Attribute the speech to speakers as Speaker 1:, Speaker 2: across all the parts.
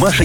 Speaker 1: Маша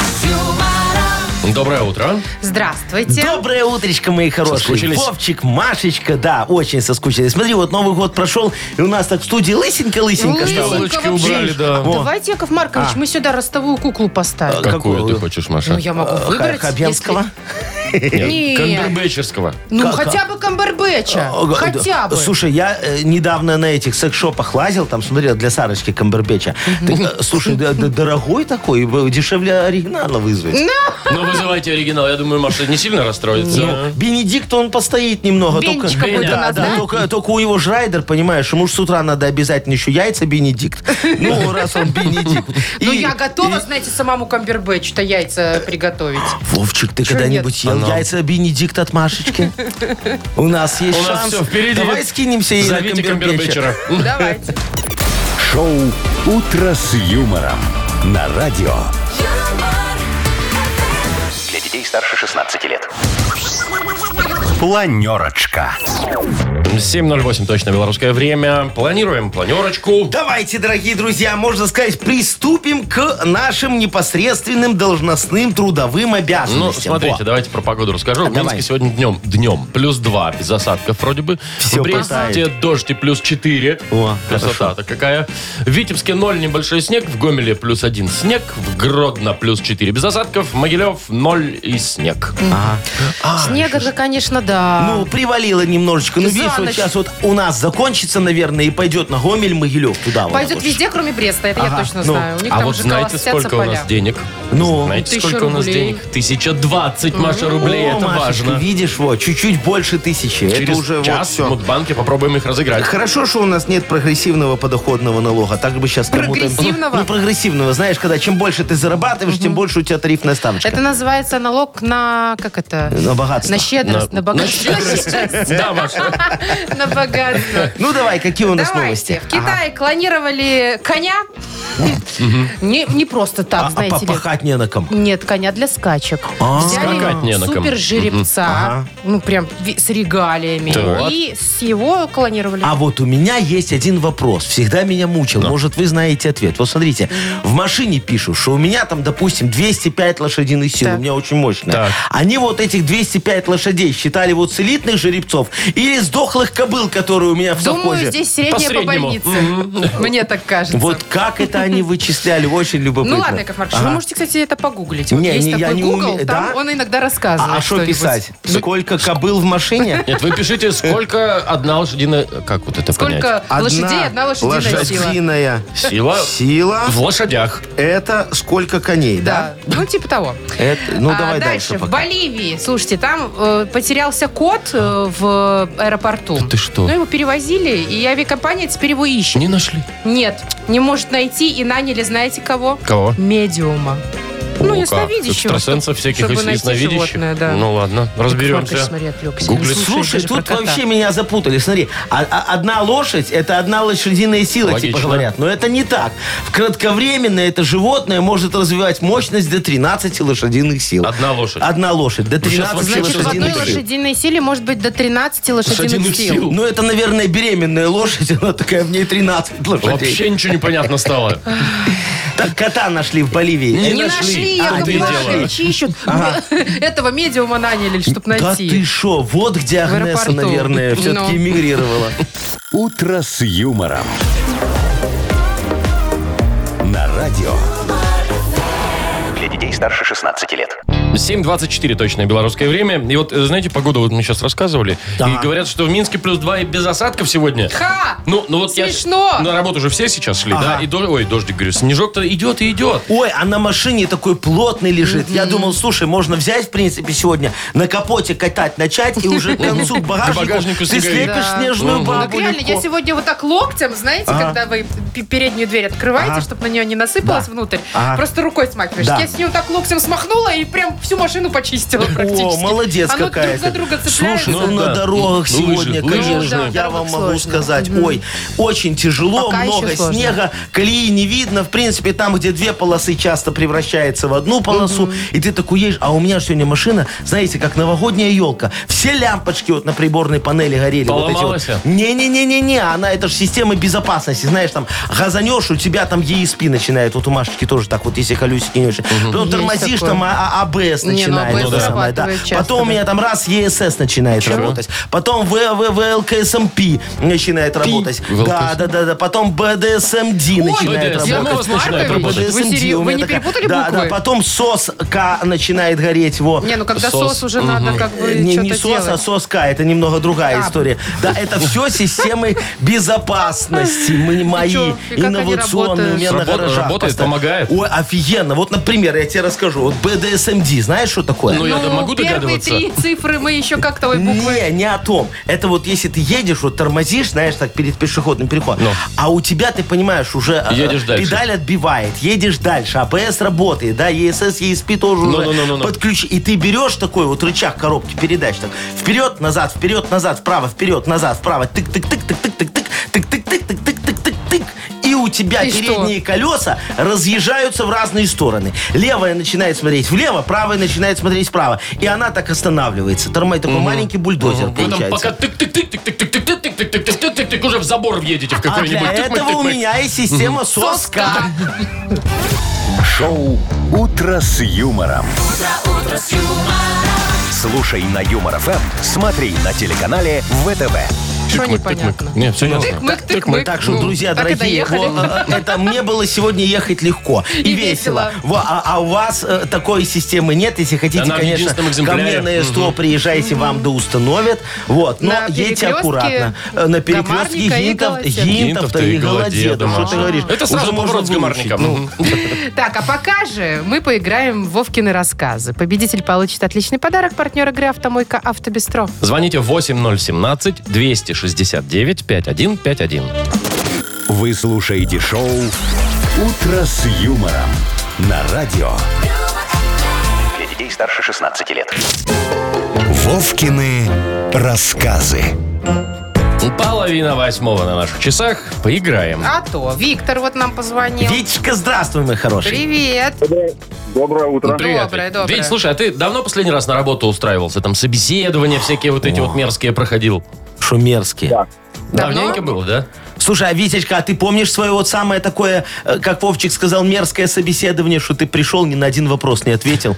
Speaker 2: Доброе утро.
Speaker 3: Здравствуйте.
Speaker 4: Доброе утречко, мои хорошие.
Speaker 2: Соскучились?
Speaker 4: Вовчик, Машечка, да, очень соскучились. Смотри, вот Новый год прошел, и у нас так в студии лысенько-лысенько
Speaker 3: Лысенько
Speaker 4: стало.
Speaker 2: Елочки
Speaker 3: вообще.
Speaker 2: убрали, да.
Speaker 4: Во.
Speaker 3: Давайте, Яков Маркович, мы сюда ростовую куклу поставим.
Speaker 4: Какую?
Speaker 2: Какую ты хочешь, Маша? Э,
Speaker 3: Ну, я могу выбрать. если-
Speaker 4: Хабенского?
Speaker 3: Нет.
Speaker 2: Камбербэтчерского.
Speaker 3: Ну,
Speaker 4: Как-
Speaker 3: хотя бы камбербэтча.
Speaker 4: О, г-
Speaker 3: Хотя бы.
Speaker 4: А, Слушай, я э, недавно на этих секс-шопах лазил, там смотрел для Сарочки Камбербеча. Так, э, слушай, да- да дорогой такой, б- дешевле оригинала вызвать.
Speaker 2: Ну, вызывайте оригинал. Я думаю, Маша не сильно расстроится.
Speaker 4: Бенедикт, он постоит немного. только-
Speaker 3: Бенечка
Speaker 2: Беня,
Speaker 3: какой-то
Speaker 4: Да,
Speaker 3: надо,
Speaker 4: да,
Speaker 3: да?
Speaker 4: только, только у него жрайдер, понимаешь, ему ж с утра надо обязательно еще яйца Бенедикт. Ну, раз он Бенедикт.
Speaker 3: Ну,
Speaker 4: И-
Speaker 3: я готова,
Speaker 4: и-
Speaker 3: знаете, самому камбербэтчу-то яйца приготовить.
Speaker 4: Вовчик, ты
Speaker 3: Чё
Speaker 4: когда-нибудь ел яйца Бенедикт от Машечки? У нас есть
Speaker 2: У нас
Speaker 4: Ну, шанс.
Speaker 2: всё впереди.
Speaker 4: Давай скинемся и на
Speaker 2: Зовите
Speaker 4: Камбербэтча.
Speaker 2: Камбербэтчера.
Speaker 3: Давайте.
Speaker 1: Шоу «Утро с юмором» на радио. Для детей старше 16 лет. Планерочка.
Speaker 2: 7.08 точно белорусское время. Планируем планерочку.
Speaker 4: Давайте, дорогие друзья, можно сказать, приступим к нашим непосредственным должностным трудовым обязанностям.
Speaker 2: Ну, смотрите,
Speaker 4: Во.
Speaker 2: давайте про погоду расскажу. В
Speaker 4: Давай.
Speaker 2: Минске сегодня днем, днем, плюс 2, без осадков вроде бы.
Speaker 4: Всё
Speaker 2: в Бресте
Speaker 4: пытает.
Speaker 2: дождь и плюс 4.
Speaker 4: О,
Speaker 2: Красота-то какая. В Витебске 0, небольшой снег. В Гомеле плюс 1 снег. В Гродно плюс 4 без осадков. Могилев 0 и снег.
Speaker 3: Снега-то, конечно, да.
Speaker 4: Ну, привалило немножечко. Ну,
Speaker 3: За
Speaker 4: видишь, вот
Speaker 3: ночь.
Speaker 4: сейчас вот у нас закончится, наверное, и пойдет на Гомель, Могилев туда. вот.
Speaker 3: Пойдет везде, кроме Бреста, это я
Speaker 4: Ага,
Speaker 3: точно
Speaker 4: ну.
Speaker 3: знаю. У них
Speaker 2: а
Speaker 3: там
Speaker 2: вот
Speaker 3: же
Speaker 2: знаете,
Speaker 3: колоссятся
Speaker 2: сколько у нас
Speaker 3: поля.
Speaker 2: денег?
Speaker 4: Ну?
Speaker 2: знаете,
Speaker 3: Тысяча
Speaker 2: сколько у нас
Speaker 3: рублей.
Speaker 2: денег? 1020, Маша, рублей.
Speaker 4: О,
Speaker 2: это
Speaker 4: Машечка,
Speaker 2: важно.
Speaker 4: видишь, вот, чуть-чуть больше тысячи.
Speaker 2: Через
Speaker 4: Это уже
Speaker 2: час
Speaker 4: вот всё.
Speaker 2: в Мудбанке попробуем их разыграть.
Speaker 4: Хорошо, что у нас нет прогрессивного подоходного налога. Так бы сейчас кому-то-
Speaker 3: Прогрессивного?
Speaker 4: Ну, прогрессивного. Знаешь, когда чем больше ты зарабатываешь, тем больше у тебя тарифная ставочка.
Speaker 3: Это называется налог на... Как это?
Speaker 4: На богатство.
Speaker 3: На щедрость. На богатство.
Speaker 2: Да, Маша.
Speaker 3: На богатство.
Speaker 4: Ну давай, какие у нас
Speaker 3: Давайте.
Speaker 4: новости?
Speaker 3: В Китае клонировали коня. Не не просто
Speaker 4: А,
Speaker 3: так,
Speaker 4: а
Speaker 3: знаете ли.
Speaker 4: попахать не на ком.
Speaker 3: Нет, коня для скачек.
Speaker 2: Скакать не на ком.
Speaker 3: супер жеребца, ну прям ви- с регалиями,
Speaker 2: Так.
Speaker 3: и с его клонировали.
Speaker 4: А вот у меня есть один вопрос. Всегда меня мучил. Может, вы знаете ответ. Вот смотрите, в машине пишут, что у меня там, допустим, 205 лошадиных сил.
Speaker 3: Так.
Speaker 4: У меня очень мощная.
Speaker 2: Так.
Speaker 4: Они вот этих 205 лошадей считали вот с элитных жеребцов или с дохлых кобыл, которые у меня в
Speaker 3: Думаю,
Speaker 4: совхозе.
Speaker 3: здесь средняя по,
Speaker 2: среднему.
Speaker 3: больнице. Мне так кажется.
Speaker 4: Вот как это они вычисляли? Очень любопытно.
Speaker 3: Ну ладно, Яков Маркович,
Speaker 4: Ага.
Speaker 3: вы можете, кстати, это погуглить. Вот
Speaker 4: Не,
Speaker 3: есть
Speaker 4: не, я
Speaker 3: такой
Speaker 4: не
Speaker 3: Google,
Speaker 4: уме-
Speaker 3: там
Speaker 4: да?
Speaker 3: он иногда рассказывает
Speaker 4: А а что
Speaker 3: что-нибудь. Ну,
Speaker 4: писать? Сколько кобыл в машине?
Speaker 2: Нет, вы пишите, сколько одна лошадиная... Как вот это
Speaker 3: Сколько
Speaker 2: понять?
Speaker 3: лошадей, одна лошадиная сила.
Speaker 4: лошадиная
Speaker 2: Сила
Speaker 4: сила.
Speaker 2: в лошадях.
Speaker 4: Это сколько коней, да?
Speaker 3: Да, ну типа того.
Speaker 4: Это- ну
Speaker 3: А
Speaker 4: давай дальше.
Speaker 3: дальше. В
Speaker 4: пока.
Speaker 3: Боливии, слушайте, там э, потерялся кот э, в аэропорту.
Speaker 2: ты что?
Speaker 3: Ну его перевозили, и авиакомпания теперь его ищет.
Speaker 2: Не нашли.
Speaker 3: Нет, не может найти и наняли, знаете кого?
Speaker 2: Кого?
Speaker 3: Медиума. ну,
Speaker 2: О, как.
Speaker 3: ясновидящего.
Speaker 2: Экстрасенсов
Speaker 3: чтоб-
Speaker 2: всяких
Speaker 3: чтобы найти
Speaker 2: ясновидящих.
Speaker 3: животное, да.
Speaker 2: Ну ладно,
Speaker 3: Маркович,
Speaker 2: разберемся.
Speaker 3: смотри, отвлекся.
Speaker 2: Гуглит.
Speaker 3: Слушай,
Speaker 4: Слушай,
Speaker 3: даже про
Speaker 4: тут
Speaker 3: кота.
Speaker 4: вообще меня запутали. Смотри, а- а- одна лошадь – это одна лошадиная сила,
Speaker 2: Логично.
Speaker 4: типа говорят. Но это не так. В кратковременно это животное может развивать мощность до 13 лошадиных сил.
Speaker 2: Одна лошадь.
Speaker 4: Одна лошадь до
Speaker 2: сейчас
Speaker 4: 13
Speaker 2: вообще
Speaker 3: Значит, в одной
Speaker 4: лошадиных сил.
Speaker 3: лошадиной силе может быть до 13 лошадиных
Speaker 2: Лошадиных сил.
Speaker 3: сил.
Speaker 4: Ну, это, наверное, беременная лошадь. Она такая, в ней 13 лошадей.
Speaker 2: Вообще ничего не понятно стало.
Speaker 4: Так кота нашли в Боливии.
Speaker 2: Не а
Speaker 3: Не нашли, Яков
Speaker 2: ты
Speaker 3: Маркович, ищут. Этого медиума наняли, чтобы
Speaker 4: Да ты
Speaker 3: найти.
Speaker 4: шо, вот где
Speaker 3: В
Speaker 4: Агнеса,
Speaker 3: аэропорту.
Speaker 4: наверное, все-таки
Speaker 3: Ну.
Speaker 4: эмигрировала.
Speaker 1: «Утро с юмором». На радио. Для детей старше 16 лет.
Speaker 2: 7.24 точное белорусское время. И вот, э, знаете, погоду вот мы сейчас рассказывали.
Speaker 4: Да.
Speaker 2: И говорят, что в Минске плюс 2 и без осадков сегодня.
Speaker 3: Ха!
Speaker 2: Ну, ну вот
Speaker 3: Смешно!
Speaker 2: я... На работу же все сейчас шли, да? И до- Ой, дождик, говорю, снежок-то идет и идет.
Speaker 4: Ой, а на машине такой плотный лежит. Я думал, слушай, можно взять, в принципе, сегодня на капоте катать, начать, и уже к концу к
Speaker 2: багажнику
Speaker 4: багажнику ты
Speaker 2: снегаря.
Speaker 4: слепишь
Speaker 3: Да.
Speaker 4: снежную
Speaker 2: Мгм.
Speaker 4: бабу
Speaker 3: Так реально,
Speaker 4: легко.
Speaker 3: я сегодня вот так локтем, знаете, когда вы п- переднюю дверь открываете,
Speaker 4: Ага.
Speaker 3: чтобы на нее не насыпалось
Speaker 4: Да.
Speaker 3: внутрь,
Speaker 4: Ага.
Speaker 3: просто рукой смахиваешь.
Speaker 4: Да.
Speaker 3: Я с нее так локтем смахнула и прям всю машину почистила практически.
Speaker 4: О, молодец
Speaker 3: Оно
Speaker 4: какая.
Speaker 3: друг за друга цепляется.
Speaker 4: Слушай, ну,
Speaker 2: Ну да.
Speaker 4: на дорогах
Speaker 2: Ну,
Speaker 4: сегодня,
Speaker 2: лыжи, лыжи
Speaker 4: конечно,
Speaker 3: нужны. Да,
Speaker 4: я
Speaker 3: дорога
Speaker 4: вам могу
Speaker 3: сложная.
Speaker 4: сказать, ой, очень тяжело,
Speaker 3: Пока еще
Speaker 4: много
Speaker 3: сложно.
Speaker 4: снега, колеи не видно. В принципе, там, где две полосы, часто превращается в одну полосу. И ты такой едешь, а у меня сегодня машина, знаете, как новогодняя елка. Все лямпочки вот на приборной панели горели. вот эти
Speaker 2: Поломалась?
Speaker 4: вот. Не-не-не-не-не, она, это же система безопасности, знаешь, там газанешь, у тебя там ESP начинает, вот у Машечки тоже так вот, если колесики не очень. Потом
Speaker 3: Есть
Speaker 4: тормозишь,
Speaker 3: такое.
Speaker 4: там а- а- АБС
Speaker 3: Не, ну,
Speaker 4: начинает.
Speaker 3: АБС
Speaker 4: это самое, да.
Speaker 3: зарабатывает часто,
Speaker 4: Потом у
Speaker 3: да.
Speaker 4: меня там раз ЕСС начинает работать, потом В- В- ВЛКСМП начинает работать.
Speaker 2: ВЛКСМП.
Speaker 4: Да, да, да, да. Потом БДСМД
Speaker 3: Ой,
Speaker 4: начинает
Speaker 2: БДСМ у
Speaker 4: работать.
Speaker 2: вас начинает работать.
Speaker 3: Вы
Speaker 4: BDSMD
Speaker 3: серьё-
Speaker 4: у
Speaker 3: вы
Speaker 4: меня
Speaker 3: не
Speaker 4: такая-
Speaker 3: перепутали
Speaker 4: Да,
Speaker 3: буквы?
Speaker 4: да, потом СОС К начинает гореть. Во.
Speaker 3: Не, ну когда
Speaker 2: Сос.
Speaker 3: сос, уже надо как бы
Speaker 4: Не,
Speaker 3: что-то
Speaker 4: не СОС, а
Speaker 3: делать.
Speaker 4: СОС К. Это немного другая
Speaker 3: А.
Speaker 4: история. Да, это все системы безопасности. Мы- Мои
Speaker 3: чё, и как они
Speaker 4: инновационные. у меня на
Speaker 2: работают? Работа-
Speaker 4: гаражах
Speaker 2: работает,
Speaker 4: поставлю.
Speaker 2: помогает?
Speaker 4: Ой, офигенно. Вот, например, я тебе расскажу. Вот БДСМД, знаешь, что такое?
Speaker 2: Ну, я-то могу
Speaker 3: первые
Speaker 2: догадываться.
Speaker 3: три цифры мы еще как-то ой, буквы.
Speaker 4: Не, не о том. Это вот если ты едешь, вот тормозишь, знаешь, так перед пешеходным переходом,
Speaker 2: Ну.
Speaker 4: а у тебя, ты понимаешь, уже э,
Speaker 2: Едешь
Speaker 4: э,
Speaker 2: дальше.
Speaker 4: педаль отбивает, едешь дальше, АБС работает, да, ЕСС, ЕСП тоже
Speaker 2: Ну,
Speaker 4: уже
Speaker 2: ну, ну, ну, ну.
Speaker 4: подключи. И ты берешь такой вот рычаг коробки передач, так, вперед, назад, вперед, назад, вправо, вперед, назад, вправо, тык-тык-тык-тык-тык-тык, тык-тык-тык-тык-тык-тык-тык-тык, и у тебя
Speaker 3: И что?
Speaker 4: передние колеса разъезжаются в разные стороны. Левая начинает смотреть влево, правая начинает смотреть вправо. И она так останавливается. Торма- такой маленький бульдозер
Speaker 2: Вы там
Speaker 4: получается.
Speaker 2: Ну, пока тык тык тык тык тык тык тык тык тык тык тык тык тык тык уже в забор въедете в
Speaker 4: А
Speaker 2: какой-нибудь.
Speaker 4: для
Speaker 2: Тык-мык,
Speaker 4: этого у
Speaker 2: тык-мык.
Speaker 4: меня есть система соска.
Speaker 1: Шоу «Утро с юмором». Слушай на Юмор ФМ, смотри на телеканале ВТВ.
Speaker 3: Что
Speaker 2: Тык-мык, тык-мык.
Speaker 3: непонятно?
Speaker 2: Не, все ясно.
Speaker 3: Тык-мык, тык-мык.
Speaker 4: Так что,
Speaker 3: Ну,
Speaker 4: друзья
Speaker 3: так и
Speaker 4: дорогие,
Speaker 3: доехали.
Speaker 4: во, э, это мне было сегодня ехать легко и,
Speaker 3: И
Speaker 4: весело.
Speaker 3: весело.
Speaker 4: Во, а, а у вас э, такой системы нет. Если хотите,
Speaker 2: Она в
Speaker 4: конечно,
Speaker 2: единственном
Speaker 4: ко
Speaker 2: экземпляре.
Speaker 4: мне на СТО приезжайте, вам да установят. Вот, но
Speaker 3: На
Speaker 4: едьте
Speaker 3: перекрестке
Speaker 4: аккуратно. Э, На перекрестке
Speaker 3: Гамарника и
Speaker 4: гинтов,
Speaker 3: Голодец.
Speaker 4: гинтов-то
Speaker 2: Гинтов-то и
Speaker 4: и голодец.
Speaker 2: Голодец,
Speaker 4: Что ты
Speaker 2: Машечка.
Speaker 4: говоришь?
Speaker 2: Это
Speaker 4: Уже
Speaker 2: сразу
Speaker 4: можно
Speaker 2: поворот с
Speaker 4: выучить.
Speaker 2: гамарником.
Speaker 4: Ну,
Speaker 3: Так, а пока же мы поиграем в Вовкины рассказы. Победитель получит отличный подарок партнер игры «Автомойка Автобестро».
Speaker 2: Звоните 8017-269-5151.
Speaker 1: Вы слушаете шоу «Утро с юмором» на радио.
Speaker 5: Для детей старше 16 лет.
Speaker 1: Вовкины рассказы.
Speaker 2: Половина восьмого на наших часах. Поиграем.
Speaker 3: А то Виктор вот нам позвонил.
Speaker 4: Витечка, здравствуй, мой хороший.
Speaker 3: Привет.
Speaker 6: Доброе утро.
Speaker 2: Ну, Привет.
Speaker 3: Доброе,
Speaker 2: Вик.
Speaker 3: доброе.
Speaker 2: Вить, слушай, а ты давно последний раз на работу устраивался? Там собеседования всякие вот эти вот мерзкие проходил?
Speaker 4: Шумерский.
Speaker 3: Давно?
Speaker 2: Давненько было, да?
Speaker 4: Слушай, а Витечка, а ты помнишь свое вот самое такое, э, как Вовчик сказал, мерзкое собеседование, что ты пришел, ни на один вопрос не ответил?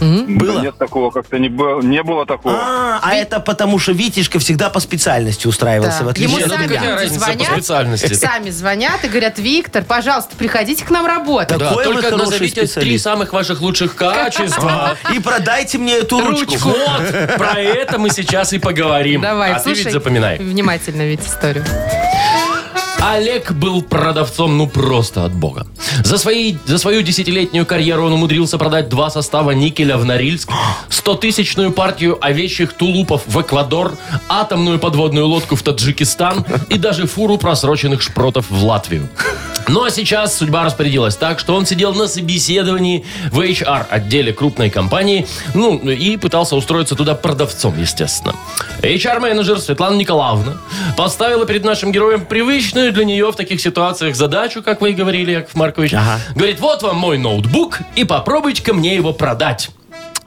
Speaker 4: Было?
Speaker 6: Да Нет такого, как-то не, было- не было такого.
Speaker 4: А, а это потому, что Витечка всегда по специальности устраивался,
Speaker 3: Да.
Speaker 4: в
Speaker 3: Ему
Speaker 4: отличие
Speaker 2: Ну,
Speaker 4: от
Speaker 3: сами
Speaker 2: какая
Speaker 4: меня.
Speaker 3: люди
Speaker 2: разница по
Speaker 3: звонят.
Speaker 2: специальности?
Speaker 3: Сами звонят и говорят, Виктор, пожалуйста, приходите к нам работать.
Speaker 4: Да.
Speaker 2: Да,
Speaker 4: Какой вы
Speaker 2: только
Speaker 4: хороший
Speaker 2: назовите три
Speaker 4: специалист.
Speaker 2: самых ваших лучших качества.
Speaker 4: И продайте мне эту ручку.
Speaker 2: Ручку. Вот, про это мы сейчас и поговорим.
Speaker 3: Давай,
Speaker 2: а
Speaker 3: слушай.
Speaker 2: ты ведь запоминай.
Speaker 3: Внимательно ведь историю.
Speaker 2: Олег был продавцом ну просто от бога. За, свои, за свою десятилетнюю карьеру он умудрился продать два состава никеля в Норильск, 100-тысячную партию овечьих тулупов в Эквадор, атомную подводную лодку в Таджикистан и даже фуру просроченных шпротов в Латвию. Ну а сейчас судьба распорядилась так, что он сидел на собеседовании в HR-отделе крупной компании, ну, и пытался устроиться туда продавцом, естественно. HR-менеджер Светлана Николаевна поставила перед нашим героем привычную для нее в таких ситуациях задачу, как вы и говорили, Яков Маркович.
Speaker 4: Ага.
Speaker 2: Говорит, вот вам мой ноутбук, и попробуйте-ка мне его продать.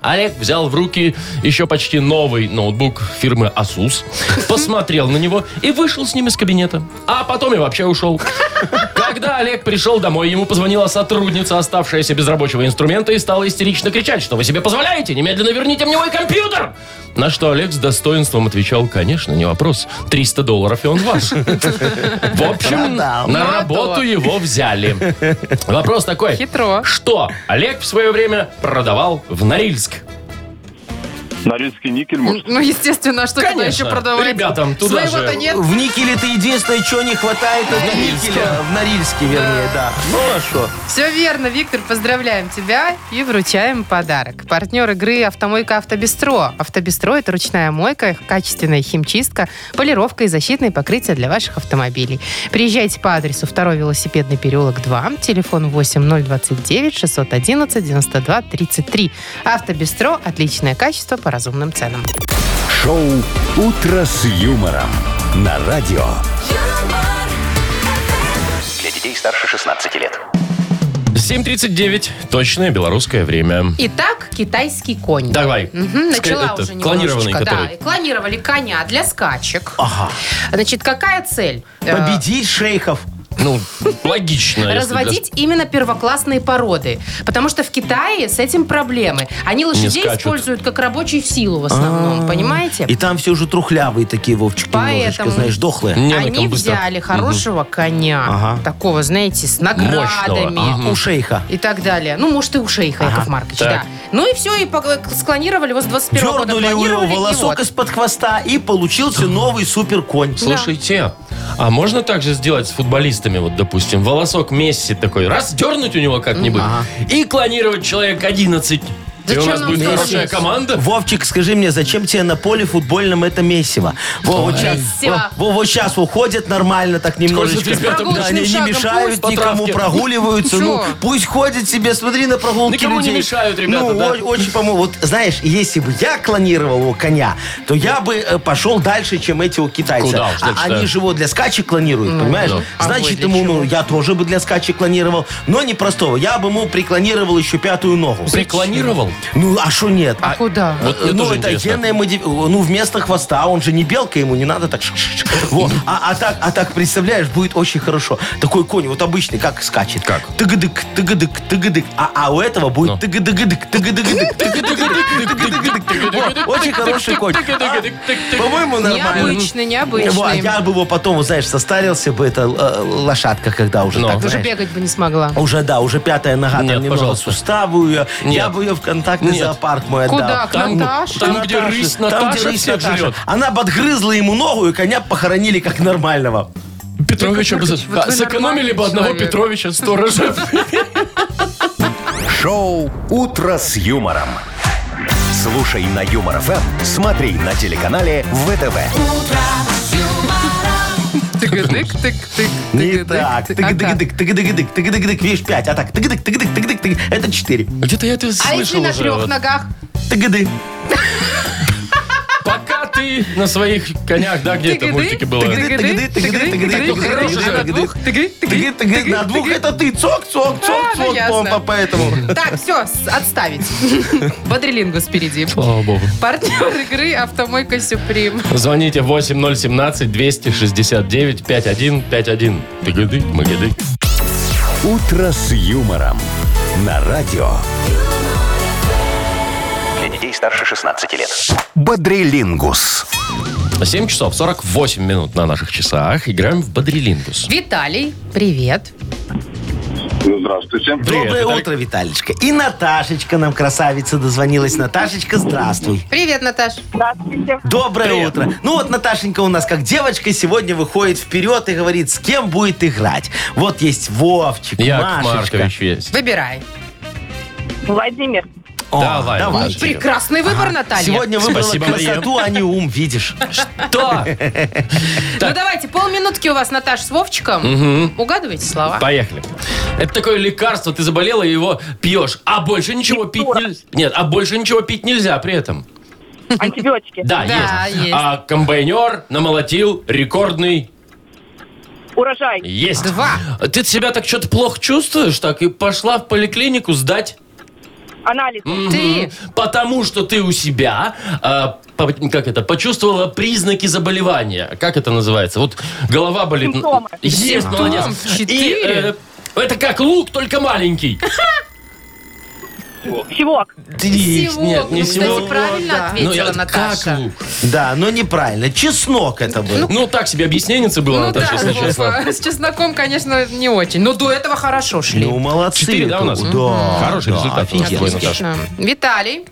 Speaker 2: Олег взял в руки еще почти новый ноутбук фирмы Asus, посмотрел на него и вышел с ним из кабинета. А потом и вообще ушел. Когда Олег пришел домой, ему позвонила сотрудница, оставшаяся без рабочего инструмента, и стала истерично кричать, что вы себе позволяете, немедленно верните мне мой компьютер! На что Олег с достоинством отвечал, конечно, не вопрос, 300 долларов, и он ваш. В общем,
Speaker 4: Продал.
Speaker 2: на
Speaker 3: Ну, а
Speaker 2: работу
Speaker 3: то.
Speaker 2: его взяли. Вопрос такой.
Speaker 3: Хитро.
Speaker 2: Что Олег в свое время продавал в Норильск?
Speaker 6: Норильский никель, может?
Speaker 3: Ну, естественно, а что туда еще продавать?
Speaker 2: Ребятам туда
Speaker 3: Своего-то
Speaker 2: же.
Speaker 3: нет.
Speaker 4: В Никеле-то единственное, чего не хватает, это
Speaker 3: Норильского.
Speaker 4: Никеля. В Норильске, вернее, да. Ну, а что?
Speaker 3: Все верно, Виктор, поздравляем тебя и вручаем подарок. Партнер игры «Автомойка Автобестро». «Автобестро» — это ручная мойка, качественная химчистка, полировка и защитные покрытия для ваших автомобилей. Приезжайте по адресу 2 велосипедный переулок 2, телефон 8029-611-92-33. «Автобестро» — отличное качество по разумным ценам.
Speaker 1: Шоу «Утро с юмором» на радио.
Speaker 7: юмор,
Speaker 5: Для детей старше 16 лет.
Speaker 2: 7.39. Точное белорусское время.
Speaker 3: Итак, китайский конь.
Speaker 2: Давай.
Speaker 3: Мгм,
Speaker 2: Ска-
Speaker 3: начала
Speaker 2: это,
Speaker 3: уже немножечко.
Speaker 2: клонированный,
Speaker 3: Да,
Speaker 2: который.
Speaker 3: клонировали коня для скачек.
Speaker 4: Ага.
Speaker 3: Значит, какая цель? Э,
Speaker 4: Победить шейхов.
Speaker 2: Ну, логично. если для-
Speaker 3: Разводить именно первоклассные породы. Потому что в Китае с этим проблемы. Они лошадей
Speaker 2: скачут.
Speaker 3: используют как рабочую силу в основном, понимаете?
Speaker 4: А, И там все уже трухлявые такие, Вовчик, немножечко,
Speaker 3: Поэтому-
Speaker 4: знаешь, дохлые.
Speaker 2: Не на
Speaker 3: Они
Speaker 2: ком быстро.
Speaker 3: взяли хорошего коня,
Speaker 4: Ага.
Speaker 3: такого, знаете, с наградами.
Speaker 2: Мощного, ага.
Speaker 4: У шейха.
Speaker 3: И так далее. Ну, может, и у шейха, Яков Маркович,
Speaker 2: Так.
Speaker 3: да. Ну и все, и пок- склонировали его с 21 года.
Speaker 4: Дернули у него
Speaker 3: клонировали, и
Speaker 4: волосок
Speaker 3: вот.
Speaker 4: из-под хвоста, и получился новый суперконь.
Speaker 2: Слушайте, а можно так же сделать с футболистами, вот, допустим, волосок Месси такой, раз, дернуть у него как-нибудь, и клонировать человек 11. и у
Speaker 3: Зачем
Speaker 2: нас
Speaker 3: нам
Speaker 2: будет
Speaker 3: Месси?
Speaker 2: хорошая команда.
Speaker 4: Вовчик, скажи мне, зачем тебе на поле футбольном это месиво? Во, вот сейчас,
Speaker 3: Месиво.
Speaker 4: во, вот сейчас уходят нормально, так немножечко.
Speaker 2: Скользит ребятам,
Speaker 4: Да,
Speaker 3: Прогулочным
Speaker 4: не, не
Speaker 3: шагом
Speaker 4: мешают
Speaker 3: пусть
Speaker 2: по
Speaker 4: никому,
Speaker 2: травке.
Speaker 4: прогуливаются. Ну,
Speaker 3: Чё?
Speaker 4: пусть ходят себе, смотри на прогулки
Speaker 2: Никому не
Speaker 4: людей.
Speaker 2: мешают ребята,
Speaker 4: Ну,
Speaker 2: да.
Speaker 4: о- очень помогут. Вот, знаешь, если бы я клонировал его коня, то я бы э, пошел дальше, чем эти у китайцев.
Speaker 2: Куда уж,
Speaker 4: А
Speaker 2: значит, да.
Speaker 4: они же его для скачек клонируют, понимаешь?
Speaker 2: да.
Speaker 3: А вы
Speaker 4: Значит,
Speaker 3: для
Speaker 4: ему, ну,
Speaker 3: чего?
Speaker 4: я тоже бы для скачек клонировал, но не простого. Я бы ему приклонировал еще пятую ногу.
Speaker 2: Приклонировал?
Speaker 4: Ну, а что нет?
Speaker 3: А куда?
Speaker 2: Вот мне
Speaker 4: ну,
Speaker 2: Э, тоже
Speaker 4: это
Speaker 2: интересно.
Speaker 4: генная модиф- Ну, вместо хвоста, он же не белка, ему не надо так. ш-ш-ш. Вот. А, а так, а так, представляешь, будет очень хорошо. Такой конь, вот обычный, как скачет.
Speaker 2: Как?
Speaker 4: Тыгадык, тыгадык, тыгадык. А, а у этого
Speaker 2: Ну.
Speaker 4: будет тыгадыгадык, тыгадыгадык, тыгадыгадык, тыгадыгадык. Вот, Очень хороший конь. А, По-моему,
Speaker 2: Ну,
Speaker 4: нормально.
Speaker 3: Необычный,
Speaker 4: Во, а
Speaker 3: необычный.
Speaker 4: я бы его потом, вот знаешь, состарился бы, это э, лошадка, когда уже
Speaker 2: Ну.
Speaker 4: так,
Speaker 3: Уже
Speaker 4: знаешь.
Speaker 3: бегать бы не смогла.
Speaker 4: Уже, да, уже пятая нога,
Speaker 2: Нет,
Speaker 4: там немного
Speaker 2: пожалуйста.
Speaker 4: суставу ее. Я
Speaker 2: Нет.
Speaker 4: бы ее в контактный
Speaker 2: Нет.
Speaker 4: зоопарк мой отдал.
Speaker 3: Куда? К
Speaker 2: Там, ну,
Speaker 3: Наташе?
Speaker 2: там,
Speaker 4: К
Speaker 2: где
Speaker 4: Наташе.
Speaker 2: рысь
Speaker 4: Там,
Speaker 2: Наташа
Speaker 4: где рысь
Speaker 2: всех
Speaker 4: Наташа.
Speaker 2: жрет.
Speaker 4: Она подгрызла ему ногу, и коня похоронили как нормального.
Speaker 2: Петровича бы за-
Speaker 3: Маркович, вот
Speaker 2: а,
Speaker 3: вы
Speaker 2: Сэкономили бы
Speaker 3: нормальный
Speaker 2: одного
Speaker 3: человек.
Speaker 2: Петровича сторожа.
Speaker 1: Шоу «Утро с юмором». Слушай на Юмор ФМ, смотри на телеканале ВТВ.
Speaker 3: Тыгадык, тык, тык,
Speaker 4: Не
Speaker 3: тыгадык,
Speaker 4: так.
Speaker 3: тык. А как?
Speaker 4: Тыгадык, тыгадык, тыгадык, видишь, пять. А так, тыгадык, тыгадык, тыгадык, тыгадык. Это четыре.
Speaker 2: Где-то я это
Speaker 3: А если
Speaker 2: слышал
Speaker 3: на
Speaker 2: уже.
Speaker 3: трех
Speaker 2: вот.
Speaker 3: ногах?
Speaker 4: Тыгады.
Speaker 2: Пока ты на своих конях, да, где это в
Speaker 3: Тыгадык,
Speaker 2: мультике было?
Speaker 3: тыгадык,
Speaker 4: Тыгадык,
Speaker 3: тыгадык,
Speaker 4: тыгадык, тыгадык,
Speaker 3: тыгадык,
Speaker 2: тыгадык,
Speaker 3: тыгадык,
Speaker 4: тыгадык,
Speaker 3: тыгадык, тыгадык,
Speaker 4: Тыгадык, тыгадык. На двух
Speaker 3: тыгадык.
Speaker 4: это ты. Цок, цок, цок,
Speaker 3: А, ну,
Speaker 4: цок.
Speaker 3: ясно.
Speaker 4: Помпа, поэтому.
Speaker 3: Так, все, отставить. Бодрилингус впереди.
Speaker 2: Слава богу.
Speaker 3: Партнер игры «Автомойка Сюприм».
Speaker 2: Звоните 8017-269-5151. Ты гады, мы гады.
Speaker 1: «Утро с юмором» на радио.
Speaker 5: Для детей старше 16 лет.
Speaker 1: Бодрилингус.
Speaker 2: 7 часов 48 минут на наших часах. Играем в Бодрилингус.
Speaker 3: Виталий, привет.
Speaker 6: Ну, здравствуйте.
Speaker 4: Доброе
Speaker 2: Виталик.
Speaker 4: утро, Виталичка. И Наташечка нам, красавица, дозвонилась. Наташечка, здравствуй.
Speaker 3: Привет, Наташ.
Speaker 8: Здравствуйте.
Speaker 4: Доброе утро. Ну вот Наташенька у нас как девочка сегодня выходит вперед и говорит, с кем будет играть. Вот есть Вовчик,
Speaker 2: Яков
Speaker 4: Машечка.
Speaker 2: Маркович есть.
Speaker 3: Выбирай.
Speaker 8: Владимир.
Speaker 4: О,
Speaker 2: Давай, Вовчик.
Speaker 3: Прекрасный выбор, Наталья.
Speaker 4: Сегодня выбрала
Speaker 2: Спасибо,
Speaker 4: красоту, а не ум, видишь.
Speaker 2: Кто?
Speaker 3: Ну давайте, полминутки у вас, Наташ, с Вовчиком. Угадывайте слова.
Speaker 2: Поехали. Это такое лекарство, ты заболела и его пьешь, а больше ничего пить нельзя. Нет, а больше ничего пить нельзя при этом.
Speaker 8: Антибиотики.
Speaker 2: Да,
Speaker 3: Да,
Speaker 2: есть.
Speaker 3: есть.
Speaker 2: А комбайнер намолотил рекордный
Speaker 8: Урожай.
Speaker 2: есть.
Speaker 3: Два.
Speaker 2: А Ты себя так что-то плохо чувствуешь, так и пошла в поликлинику сдать.
Speaker 8: Анализ.
Speaker 3: Ты.
Speaker 2: Потому что ты у себя, а, по- как это, почувствовала признаки заболевания. Как это называется? Вот голова болит.
Speaker 8: Симптомы.
Speaker 2: Есть,
Speaker 3: Симптом
Speaker 2: молодец. И,
Speaker 3: четыре.
Speaker 2: э, это как лук, только маленький.
Speaker 8: Чевок.
Speaker 2: Есть, нет, не
Speaker 3: Ну, кстати,
Speaker 2: симптом.
Speaker 3: правильно
Speaker 2: Ну, я-
Speaker 3: ответила
Speaker 2: как
Speaker 3: Наташа.
Speaker 2: лук?
Speaker 4: Да, но неправильно. Чеснок это был.
Speaker 2: Ну, так себе объясненница была,
Speaker 3: Ну
Speaker 2: Наташа,
Speaker 3: да,
Speaker 2: если честно.
Speaker 3: Вова, с чесноком, конечно, не очень. Но до этого хорошо шли.
Speaker 4: Ну, молодцы.
Speaker 2: Четыре, да, у нас?
Speaker 4: Да.
Speaker 2: Хороший
Speaker 4: да,
Speaker 2: результат у нас
Speaker 4: офигенно.
Speaker 2: твой, Наташа.
Speaker 3: Отлично. Виталий.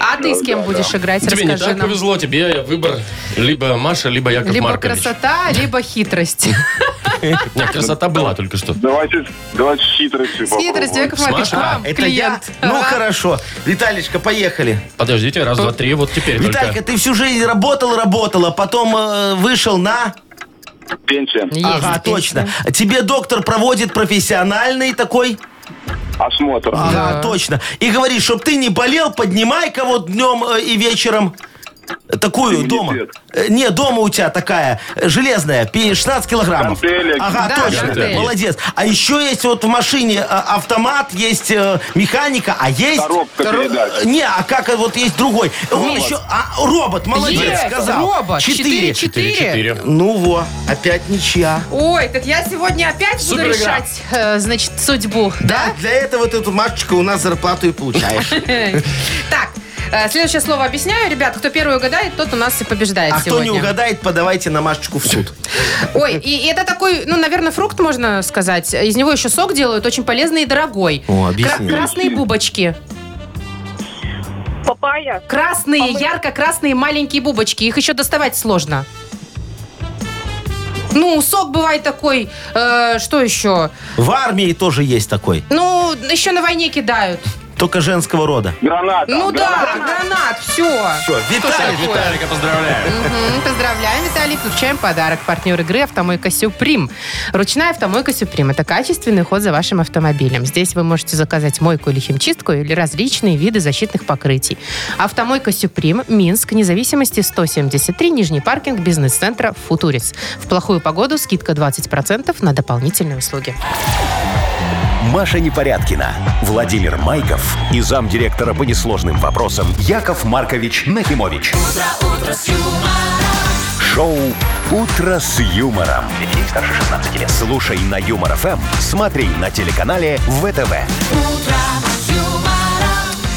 Speaker 3: А ты с кем будешь играть?
Speaker 2: Тебе не
Speaker 3: Расскажи
Speaker 2: так
Speaker 3: нам.
Speaker 2: повезло, тебе выбор либо Маша, либо Яков
Speaker 3: Либо
Speaker 2: Маркович.
Speaker 3: красота, либо хитрость.
Speaker 2: Нет, красота была только что.
Speaker 6: Давайте, давайте с хитростью
Speaker 3: С хитростью, Яков
Speaker 2: С
Speaker 3: Маркович,
Speaker 2: Машей?
Speaker 4: А,
Speaker 3: вам
Speaker 4: это я?
Speaker 3: клиент.
Speaker 4: Ну,
Speaker 3: Ага.
Speaker 4: хорошо. Виталичка, поехали.
Speaker 2: Подождите, раз, два, три, вот теперь
Speaker 4: Виталька,
Speaker 2: только.
Speaker 4: ты всю жизнь работал, работала, потом э, вышел на...
Speaker 6: Пенсия.
Speaker 3: Есть
Speaker 4: ага,
Speaker 3: песня.
Speaker 4: точно. Тебе доктор проводит профессиональный такой...
Speaker 6: Осмотр.
Speaker 3: А,
Speaker 4: Ага, точно. И говорит, чтоб ты не болел, поднимай-ка вот днем э, и вечером такую
Speaker 6: Иммунитет.
Speaker 4: дома. Э, Не, дома у тебя такая э, железная, пи- 16 килограммов.
Speaker 6: Гантели.
Speaker 4: Ага,
Speaker 3: Да,
Speaker 4: точно.
Speaker 2: гантели.
Speaker 4: Молодец. А еще есть вот в машине э, автомат, есть э, механика, а есть...
Speaker 6: Коробка
Speaker 4: Коро-
Speaker 6: передач.
Speaker 4: э, Не, а как э, вот есть другой? Он еще... А, робот, молодец,
Speaker 3: Есть,
Speaker 4: сказал.
Speaker 3: робот.
Speaker 4: Четыре.
Speaker 3: 4-4.
Speaker 4: Ну во, опять ничья.
Speaker 3: Ой, так я сегодня опять буду
Speaker 2: Супер игра.
Speaker 3: решать, э, значит, судьбу.
Speaker 4: Да, А для этого ты эту Машечка у нас зарплату и получаешь.
Speaker 3: Так, э, следующее слово объясняю. Ребят, кто первый угадает, тот у нас и побеждает
Speaker 4: А кто не
Speaker 3: сегодня.
Speaker 4: угадает, подавайте на Машечку в суд.
Speaker 3: Ой, и это такой, ну, наверное, фрукт, можно сказать. Из него еще сок делают, очень полезный и дорогой.
Speaker 4: О, объясни.
Speaker 3: красные бубочки.
Speaker 8: Папайя.
Speaker 3: Красные, ярко-красные маленькие бубочки. Их еще доставать сложно. Ну, сок бывает такой, э, что еще?
Speaker 4: В армии тоже есть такой,
Speaker 3: Ну, еще на войне кидают.
Speaker 4: только женского рода.
Speaker 6: Граната.
Speaker 3: Ну да,
Speaker 6: граната.
Speaker 3: гранат, все.
Speaker 4: Все, Виталий,
Speaker 2: Виталика поздравляю.
Speaker 3: Мгм, Поздравляем, Виталий. Включаем подарок. Партнер игры «Автомойка Сюприм». Ручная «Автомойка Сюприм» – это качественный ход за вашим автомобилем. Здесь вы можете заказать мойку или химчистку, или различные виды защитных покрытий. «Автомойка Сюприм», Минск, независимости 173, Нижний паркинг бизнес-центра «Футурис». В плохую погоду скидка 20% на дополнительные услуги.
Speaker 1: Маша Непорядкина, Владимир Майков и замдиректора по несложным вопросам Яков Маркович Нахимович. Шоу Утро с юмором. Детей старше 16 лет. Слушай на юмор ФМ, смотри на телеканале ВТВ.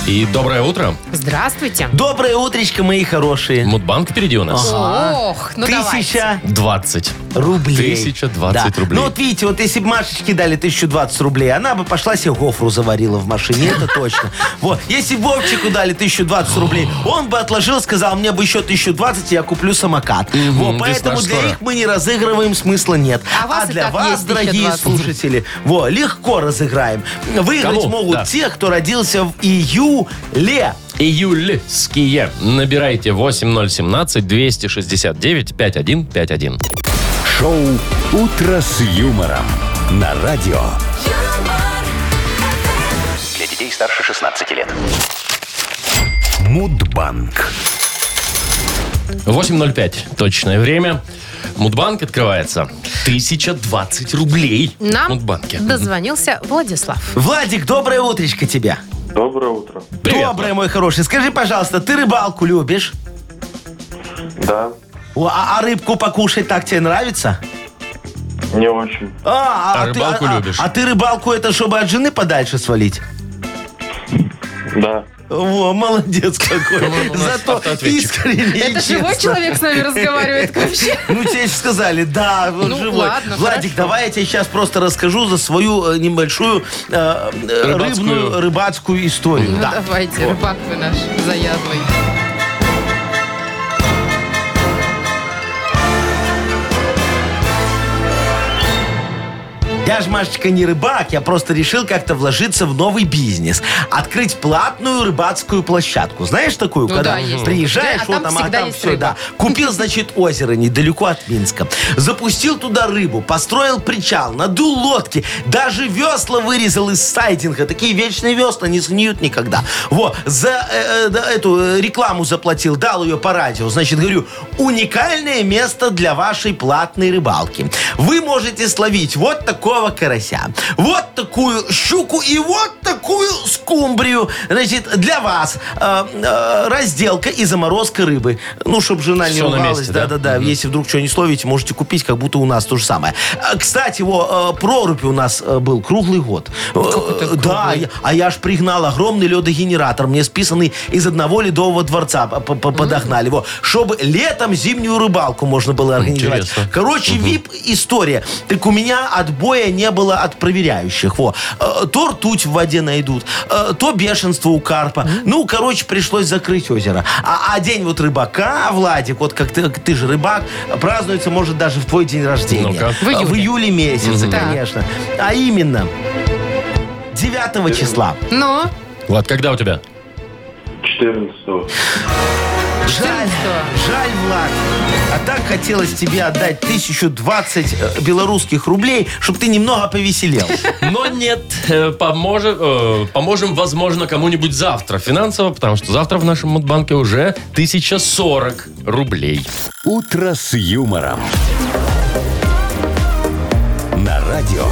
Speaker 2: И доброе утро.
Speaker 3: Здравствуйте.
Speaker 4: Доброе утречко, мои хорошие.
Speaker 2: Мудбанк впереди у нас.
Speaker 3: Ох, ну давайте.
Speaker 4: А, Тысяча
Speaker 2: 20.
Speaker 4: рублей.
Speaker 2: 1020
Speaker 4: Да.
Speaker 2: рублей.
Speaker 4: Ну вот видите, вот если бы Машечке дали 1020 рублей, она бы пошла себе гофру заварила в машине, это точно. Вот. Если бы Вовчику дали 1020 рублей, он бы отложил, сказал, мне бы еще 1020, и я куплю самокат. Вот, поэтому
Speaker 2: весна
Speaker 4: для
Speaker 2: скоро.
Speaker 4: них мы не разыгрываем, смысла нет.
Speaker 3: А вас и
Speaker 4: для
Speaker 3: так
Speaker 4: вас,
Speaker 3: есть
Speaker 4: дорогие
Speaker 3: 1020.
Speaker 4: слушатели, вот, легко разыграем. Выиграть
Speaker 2: Кому?
Speaker 4: могут
Speaker 2: Да.
Speaker 4: те, кто родился в июле.
Speaker 2: Июльские. Набирайте 8017-269-5151.
Speaker 1: Шоу Утро с юмором на радио.
Speaker 5: Для детей старше 16 лет.
Speaker 1: Мудбанк.
Speaker 2: 8.05. Точное время. Мудбанк открывается. 1020 рублей
Speaker 3: Нам
Speaker 2: в Мудбанке.
Speaker 3: дозвонился Владислав.
Speaker 4: Владик, доброе утречко тебе.
Speaker 7: Доброе утро.
Speaker 2: Привет.
Speaker 4: Доброе, мой хороший. Скажи, пожалуйста, ты рыбалку любишь?
Speaker 7: Да,
Speaker 4: О, а, а рыбку покушать так тебе нравится?
Speaker 7: не очень.
Speaker 4: А,
Speaker 2: А рыбалку любишь?
Speaker 4: А, ты рыбалку это чтобы от жены подальше свалить?
Speaker 7: Да.
Speaker 4: О, молодец какой.
Speaker 2: По-моему, Ну, у нас
Speaker 4: Зато
Speaker 2: автоответчик.
Speaker 4: искренне и
Speaker 3: Это живой
Speaker 4: честно.
Speaker 3: человек с нами разговаривает вообще?
Speaker 4: Ну, тебе же сказали, да, он
Speaker 3: Ну,
Speaker 4: живой.
Speaker 3: ладно,
Speaker 4: Владик,
Speaker 3: хорошо.
Speaker 4: давай я тебе сейчас просто расскажу за свою э, небольшую э, э,
Speaker 2: Рыбацкую.
Speaker 4: рыбную рыбацкую историю.
Speaker 3: Ну
Speaker 4: да.
Speaker 3: давайте,
Speaker 4: Вот.
Speaker 3: рыбак вы наш заядлый.
Speaker 4: Я ж, Машечка, не рыбак, я просто решил как-то вложиться в новый бизнес. Открыть платную рыбацкую площадку. Знаешь такую,
Speaker 3: Ну
Speaker 4: когда
Speaker 3: да, есть.
Speaker 4: приезжаешь,
Speaker 3: Да, а там
Speaker 4: вот там, а
Speaker 3: всегда
Speaker 4: там
Speaker 3: есть
Speaker 4: все,
Speaker 3: рыба.
Speaker 4: да. Купил, значит, озеро недалеко от Минска. Запустил туда рыбу, построил причал, надул лодки, даже весла вырезал из сайдинга. Такие вечные весла не сгниют никогда. Вот, за э, э, да, эту э, рекламу заплатил, дал ее по радио. Значит, говорю, уникальное место для вашей платной рыбалки. Вы можете словить вот такого карася, вот такую щуку и вот такую скумбрию. Значит, для вас э, э, разделка и заморозка рыбы. Ну, чтобы жена не
Speaker 2: Всё на
Speaker 4: ругалась.
Speaker 2: месте, да?
Speaker 4: Да-да-да. Если вдруг что не словите, можете купить, как будто у нас то же самое. А, Кстати, его э, прорубь у нас э, был круглый год. Э, э, Да, я- а я ж пригнал огромный ледогенератор, мне списанный из одного ледового дворца п- п- подогнали его, чтобы летом зимнюю рыбалку можно было организовать.
Speaker 2: Интересно.
Speaker 4: Короче, вип история. Так у меня отбоя Гнея не было от проверяющих. Во. Э, То ртуть в воде найдут, э, то бешенство у карпа. Ну, короче, пришлось закрыть озеро. А, а день вот рыбака, Владик, вот как ты, ты же рыбак, празднуется, может, даже в твой день рождения.
Speaker 2: Ну-ка.
Speaker 4: В июле. месяце,
Speaker 3: Мгм. Да.
Speaker 4: конечно. А именно... 9 числа.
Speaker 3: Ну,
Speaker 2: Влад, когда у тебя?
Speaker 7: 14
Speaker 4: Жаль,
Speaker 3: 14.
Speaker 4: жаль, Влад. А так хотелось тебе отдать 1020 э, белорусских рублей, чтобы ты немного повеселел.
Speaker 2: Но нет, э, поможе- э, поможем, возможно, кому-нибудь завтра финансово, потому что завтра в нашем банке уже 1040 рублей.
Speaker 1: «Утро с юмором». На радио.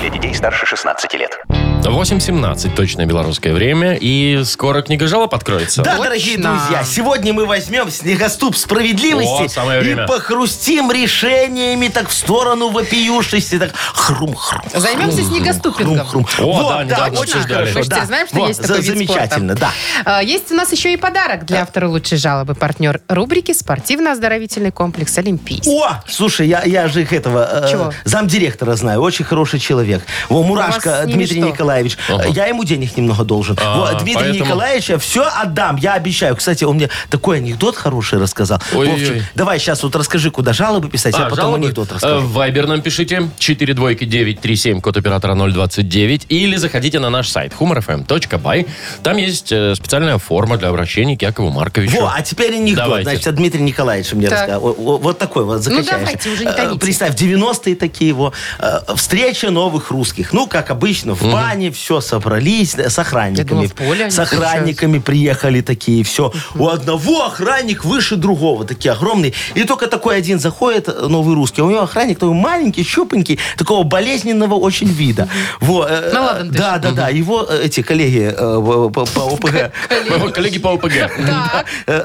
Speaker 5: Для детей старше 16 лет.
Speaker 2: 8.17, точное белорусское время, и скоро книга жалоб откроется.
Speaker 4: Да, дорогие друзья, сегодня мы возьмем снегоступ справедливости
Speaker 2: О, самое время.
Speaker 4: и похрустим решениями так в сторону вопиюшести, так хрум-хрум.
Speaker 3: Займемся снегоступингом.
Speaker 4: Хрум-хрум.
Speaker 2: О, да, недавно
Speaker 4: очень
Speaker 2: очень ждали.
Speaker 4: хорошо,
Speaker 3: Слушайте, знаем, что
Speaker 4: Во,
Speaker 3: есть такой
Speaker 4: за-
Speaker 3: вид спорта.
Speaker 4: Замечательно, да.
Speaker 3: А, Есть у нас еще и подарок для автора лучшей жалобы. Партнер рубрики «Спортивно-оздоровительный комплекс Олимпийский».
Speaker 4: О, слушай, я, я же их этого э,
Speaker 3: Чего?
Speaker 4: замдиректора знаю, очень хороший человек. Во,
Speaker 3: вас с
Speaker 4: Мурашка
Speaker 3: ними
Speaker 4: Дмитрий
Speaker 3: что?
Speaker 4: Николаевич.
Speaker 2: Ага.
Speaker 4: Э, Я ему денег немного должен.
Speaker 2: А,
Speaker 4: Во, Дмитрий
Speaker 2: поэтому-
Speaker 4: Николаевич, я все отдам, я обещаю. Кстати, он мне такой анекдот хороший рассказал.
Speaker 2: Ой-ой-ой.
Speaker 4: Вовчик, давай сейчас вот расскажи, куда жалобы писать, а,
Speaker 2: А,
Speaker 4: потом
Speaker 2: жалобы?
Speaker 4: анекдот
Speaker 2: Э,
Speaker 4: расскажу.
Speaker 2: В Viber нам пишите 4 двойки 937 код оператора 029 или заходите на наш сайт humorfm.by. Там есть э, специальная форма для обращения к Якову Марковичу.
Speaker 4: Во, а теперь анекдот.
Speaker 2: Давайте.
Speaker 4: Значит, Дмитрий Николаевич мне
Speaker 3: Так. Ну,
Speaker 4: рассказал. О, о, Вот такой вот, закачаешься.
Speaker 3: давайте, уже не
Speaker 4: Э,
Speaker 3: тоните.
Speaker 4: Представь, 90-е такие его. э, Встреча новых русских. Ну, как обычно, в бане все собрались, э, с
Speaker 3: думала,
Speaker 4: охранниками.
Speaker 3: в поле они
Speaker 4: С охранниками приехали такие, все. У одного охранник выше другого, такие огромные. И только такой один заходит, э, новый русский. а У него охранник такой маленький, щупенький, такого болезненного очень вида. Во, э,
Speaker 3: На ладан дышит.
Speaker 4: Да, да, да. Его э, эти коллеги э, по по ОПГ
Speaker 2: Моего коллеги по ОПГ.
Speaker 4: э,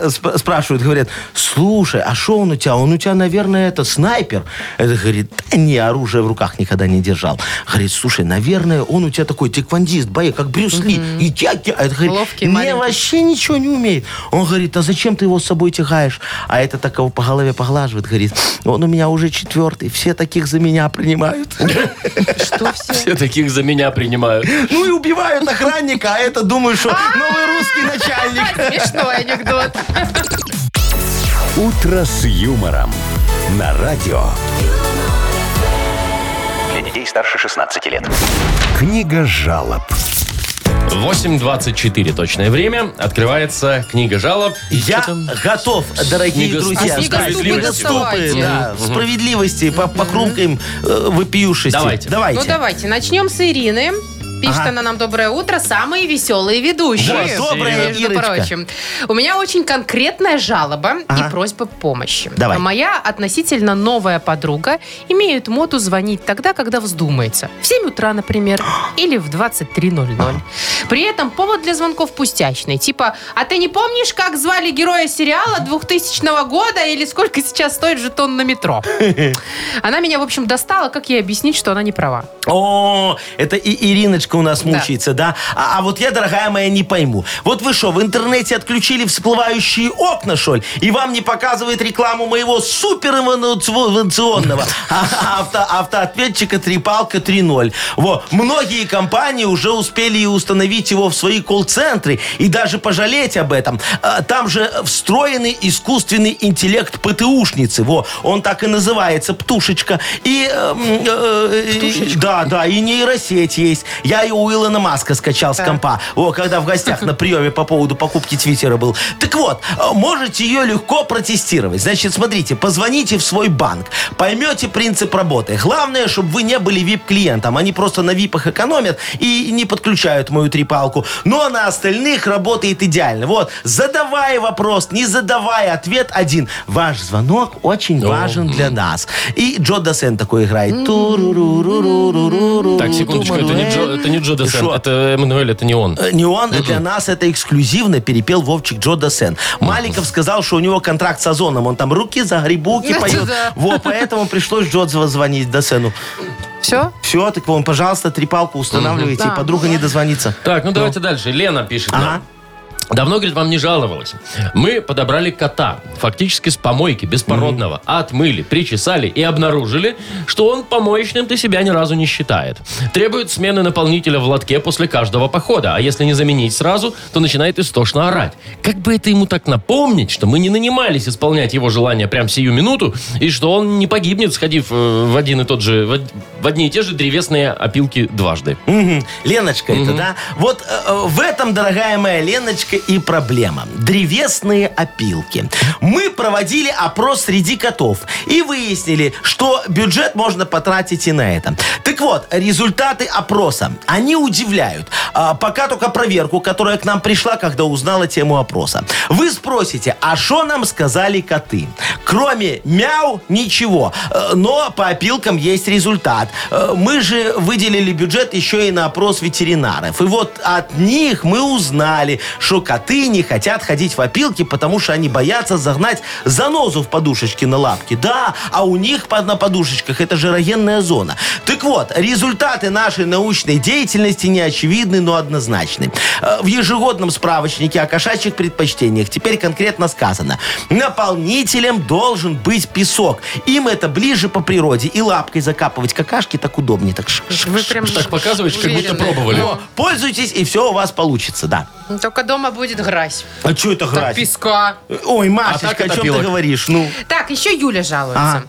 Speaker 4: сп- спрашивают, говорят, слушай, а что он у тебя? Он у тебя, наверное, это снайпер. Это говорит, да не, оружие в руках никогда не держал. Говорит, слушай, наверное, он у тебя такой тиквандист, боец, как Брюс Ли. И тяки. А это, говорит,
Speaker 3: Ловкий,
Speaker 4: не,
Speaker 3: маленький.
Speaker 4: вообще ничего не умеет. Он говорит, а зачем ты его с собой тягаешь? А это так его по голове поглаживает, говорит, он у меня уже четвертый, все таких за меня принимают.
Speaker 3: Что все?
Speaker 2: Все таких за меня принимают.
Speaker 4: Ну и убивают охранника, а это думаю, что новый русский начальник.
Speaker 3: Смешной анекдот.
Speaker 1: «Утро с юмором». На радио.
Speaker 5: Для детей старше 16 лет.
Speaker 1: Книга жалоб.
Speaker 2: 8.24 точное время. Открывается книга жалоб. И
Speaker 4: Я
Speaker 2: чё там?
Speaker 4: готов, дорогие
Speaker 2: Снегоступы.
Speaker 4: друзья.
Speaker 3: А
Speaker 4: ждать
Speaker 2: снегоступы
Speaker 3: давайте.
Speaker 4: да, справедливости, по, по крумкам э, вопиюшести.
Speaker 2: Давайте.
Speaker 4: Давайте.
Speaker 3: Ну, давайте, начнем с Ирины. Пишет
Speaker 4: Ага.
Speaker 3: она нам «Доброе утро». Самые веселые ведущие.
Speaker 4: Вот, доброе,
Speaker 3: между
Speaker 4: Ирочка.
Speaker 3: прочим. У меня очень конкретная жалоба и
Speaker 4: Ага.
Speaker 3: просьба помощи.
Speaker 4: Давай.
Speaker 3: Моя относительно новая подруга имеет моду звонить тогда, когда вздумается. В 7 утра, например, или в 23.00. При этом повод для звонков пустячный. Типа, а ты не помнишь, как звали героя сериала 2000 года или сколько сейчас стоит жетон на метро? Она меня, в общем, достала. Как ей объяснить, что она не права?
Speaker 4: О, это и Ириночка у нас
Speaker 3: Да.
Speaker 4: мучается, да? А, а вот я, дорогая моя, не пойму. Вот вы что, в интернете отключили всплывающие окна, шоль? И вам не показывает рекламу моего суперинновационного а- авто- автоответчика «Трипалка 3.0». Во, многие компании уже успели и установить его в свои колл-центры и даже пожалеть об этом. А, Там же встроенный искусственный интеллект ПТУшницы. Во, он так и называется, птушечка. И эм, э, э, да, да, и нейросеть есть. Я ее у Илона Маска скачал с компа. О, когда в гостях на приеме по поводу покупки Твиттера был. Так вот, э, можете ее легко протестировать. Значит, смотрите, позвоните в свой банк, поймете принцип работы. Главное, чтобы вы не были VIP-клиентом. Они просто на випах экономят и не подключают мою трипалку. Но а на остальных работает идеально. Вот, задавай вопрос, не задавай, ответ один. Ваш звонок очень важен для нас. И Джо Досен такой играет. Туруруруруруруру.
Speaker 2: Так, секундочку, это не Джо, это не Джо Дассен,
Speaker 4: Шо?
Speaker 2: это Эммануэль, это не он.
Speaker 4: Э, Не он, для нас это эксклюзивно перепел Вовчик Джо Досен. Маликов сказал, что у него контракт с Озоном. Он там руки за грибуки
Speaker 3: Да,
Speaker 4: поет.
Speaker 3: да.
Speaker 4: Вот, поэтому пришлось Джо зв- звонить Досену.
Speaker 3: Все?
Speaker 4: Все, так вам, пожалуйста, трипалку устанавливайте,
Speaker 3: Мгм.
Speaker 4: и подруга не дозвонится.
Speaker 2: Так, ну давайте дальше. Лена пишет нам.
Speaker 4: Ага.
Speaker 2: Давно, говорит, вам не жаловалась. Мы подобрали кота, фактически с помойки, беспородного. Отмыли, причесали и обнаружили, что он помоечным-то себя ни разу не считает. Требует смены наполнителя в лотке после каждого похода. А если не заменить сразу, то начинает истошно орать. Как бы это ему так напомнить, что мы не нанимались исполнять его желания прям сию минуту, и что он не погибнет, сходив э, в один и тот же, в од- в одни и те же древесные опилки дважды.
Speaker 4: Мгм. Леночка это, да? Вот э, э, в этом, дорогая моя Леночка, и проблема. Древесные опилки. Мы проводили опрос среди котов и выяснили, что бюджет можно потратить и на это. Так вот, результаты опроса, они удивляют. А, пока только проверку, которая к нам пришла, когда узнала тему опроса. Вы спросите, а что нам сказали коты? Кроме мяу, ничего. Э, Но по опилкам есть результат. Э, Мы же выделили бюджет еще и на опрос ветеринаров. И вот от них мы узнали, что коты не хотят ходить в опилки, потому что они боятся загнать занозу в подушечке на лапке. Да, а у них под- на подушечках это жирогенная зона. Так вот, результаты нашей научной деятельности не очевидны, но однозначны. Э, В ежегодном справочнике о кошачьих предпочтениях теперь конкретно сказано. Наполнителем должен быть песок. Им это ближе по природе. И лапкой закапывать какашки так удобнее. Так шик, шик,
Speaker 3: Вы прям
Speaker 2: Так показываешь, как будто
Speaker 3: уверены.
Speaker 2: пробовали.
Speaker 4: о, пользуйтесь, и все у вас получится, да.
Speaker 3: Только дома будет грась.
Speaker 4: А что это
Speaker 3: Как песка.
Speaker 4: Ой,
Speaker 2: А так
Speaker 4: Машечка,
Speaker 2: это
Speaker 4: о чем
Speaker 2: пилок.
Speaker 4: ты говоришь? Ну,
Speaker 3: Так, еще Юля жалуется.
Speaker 4: Ага.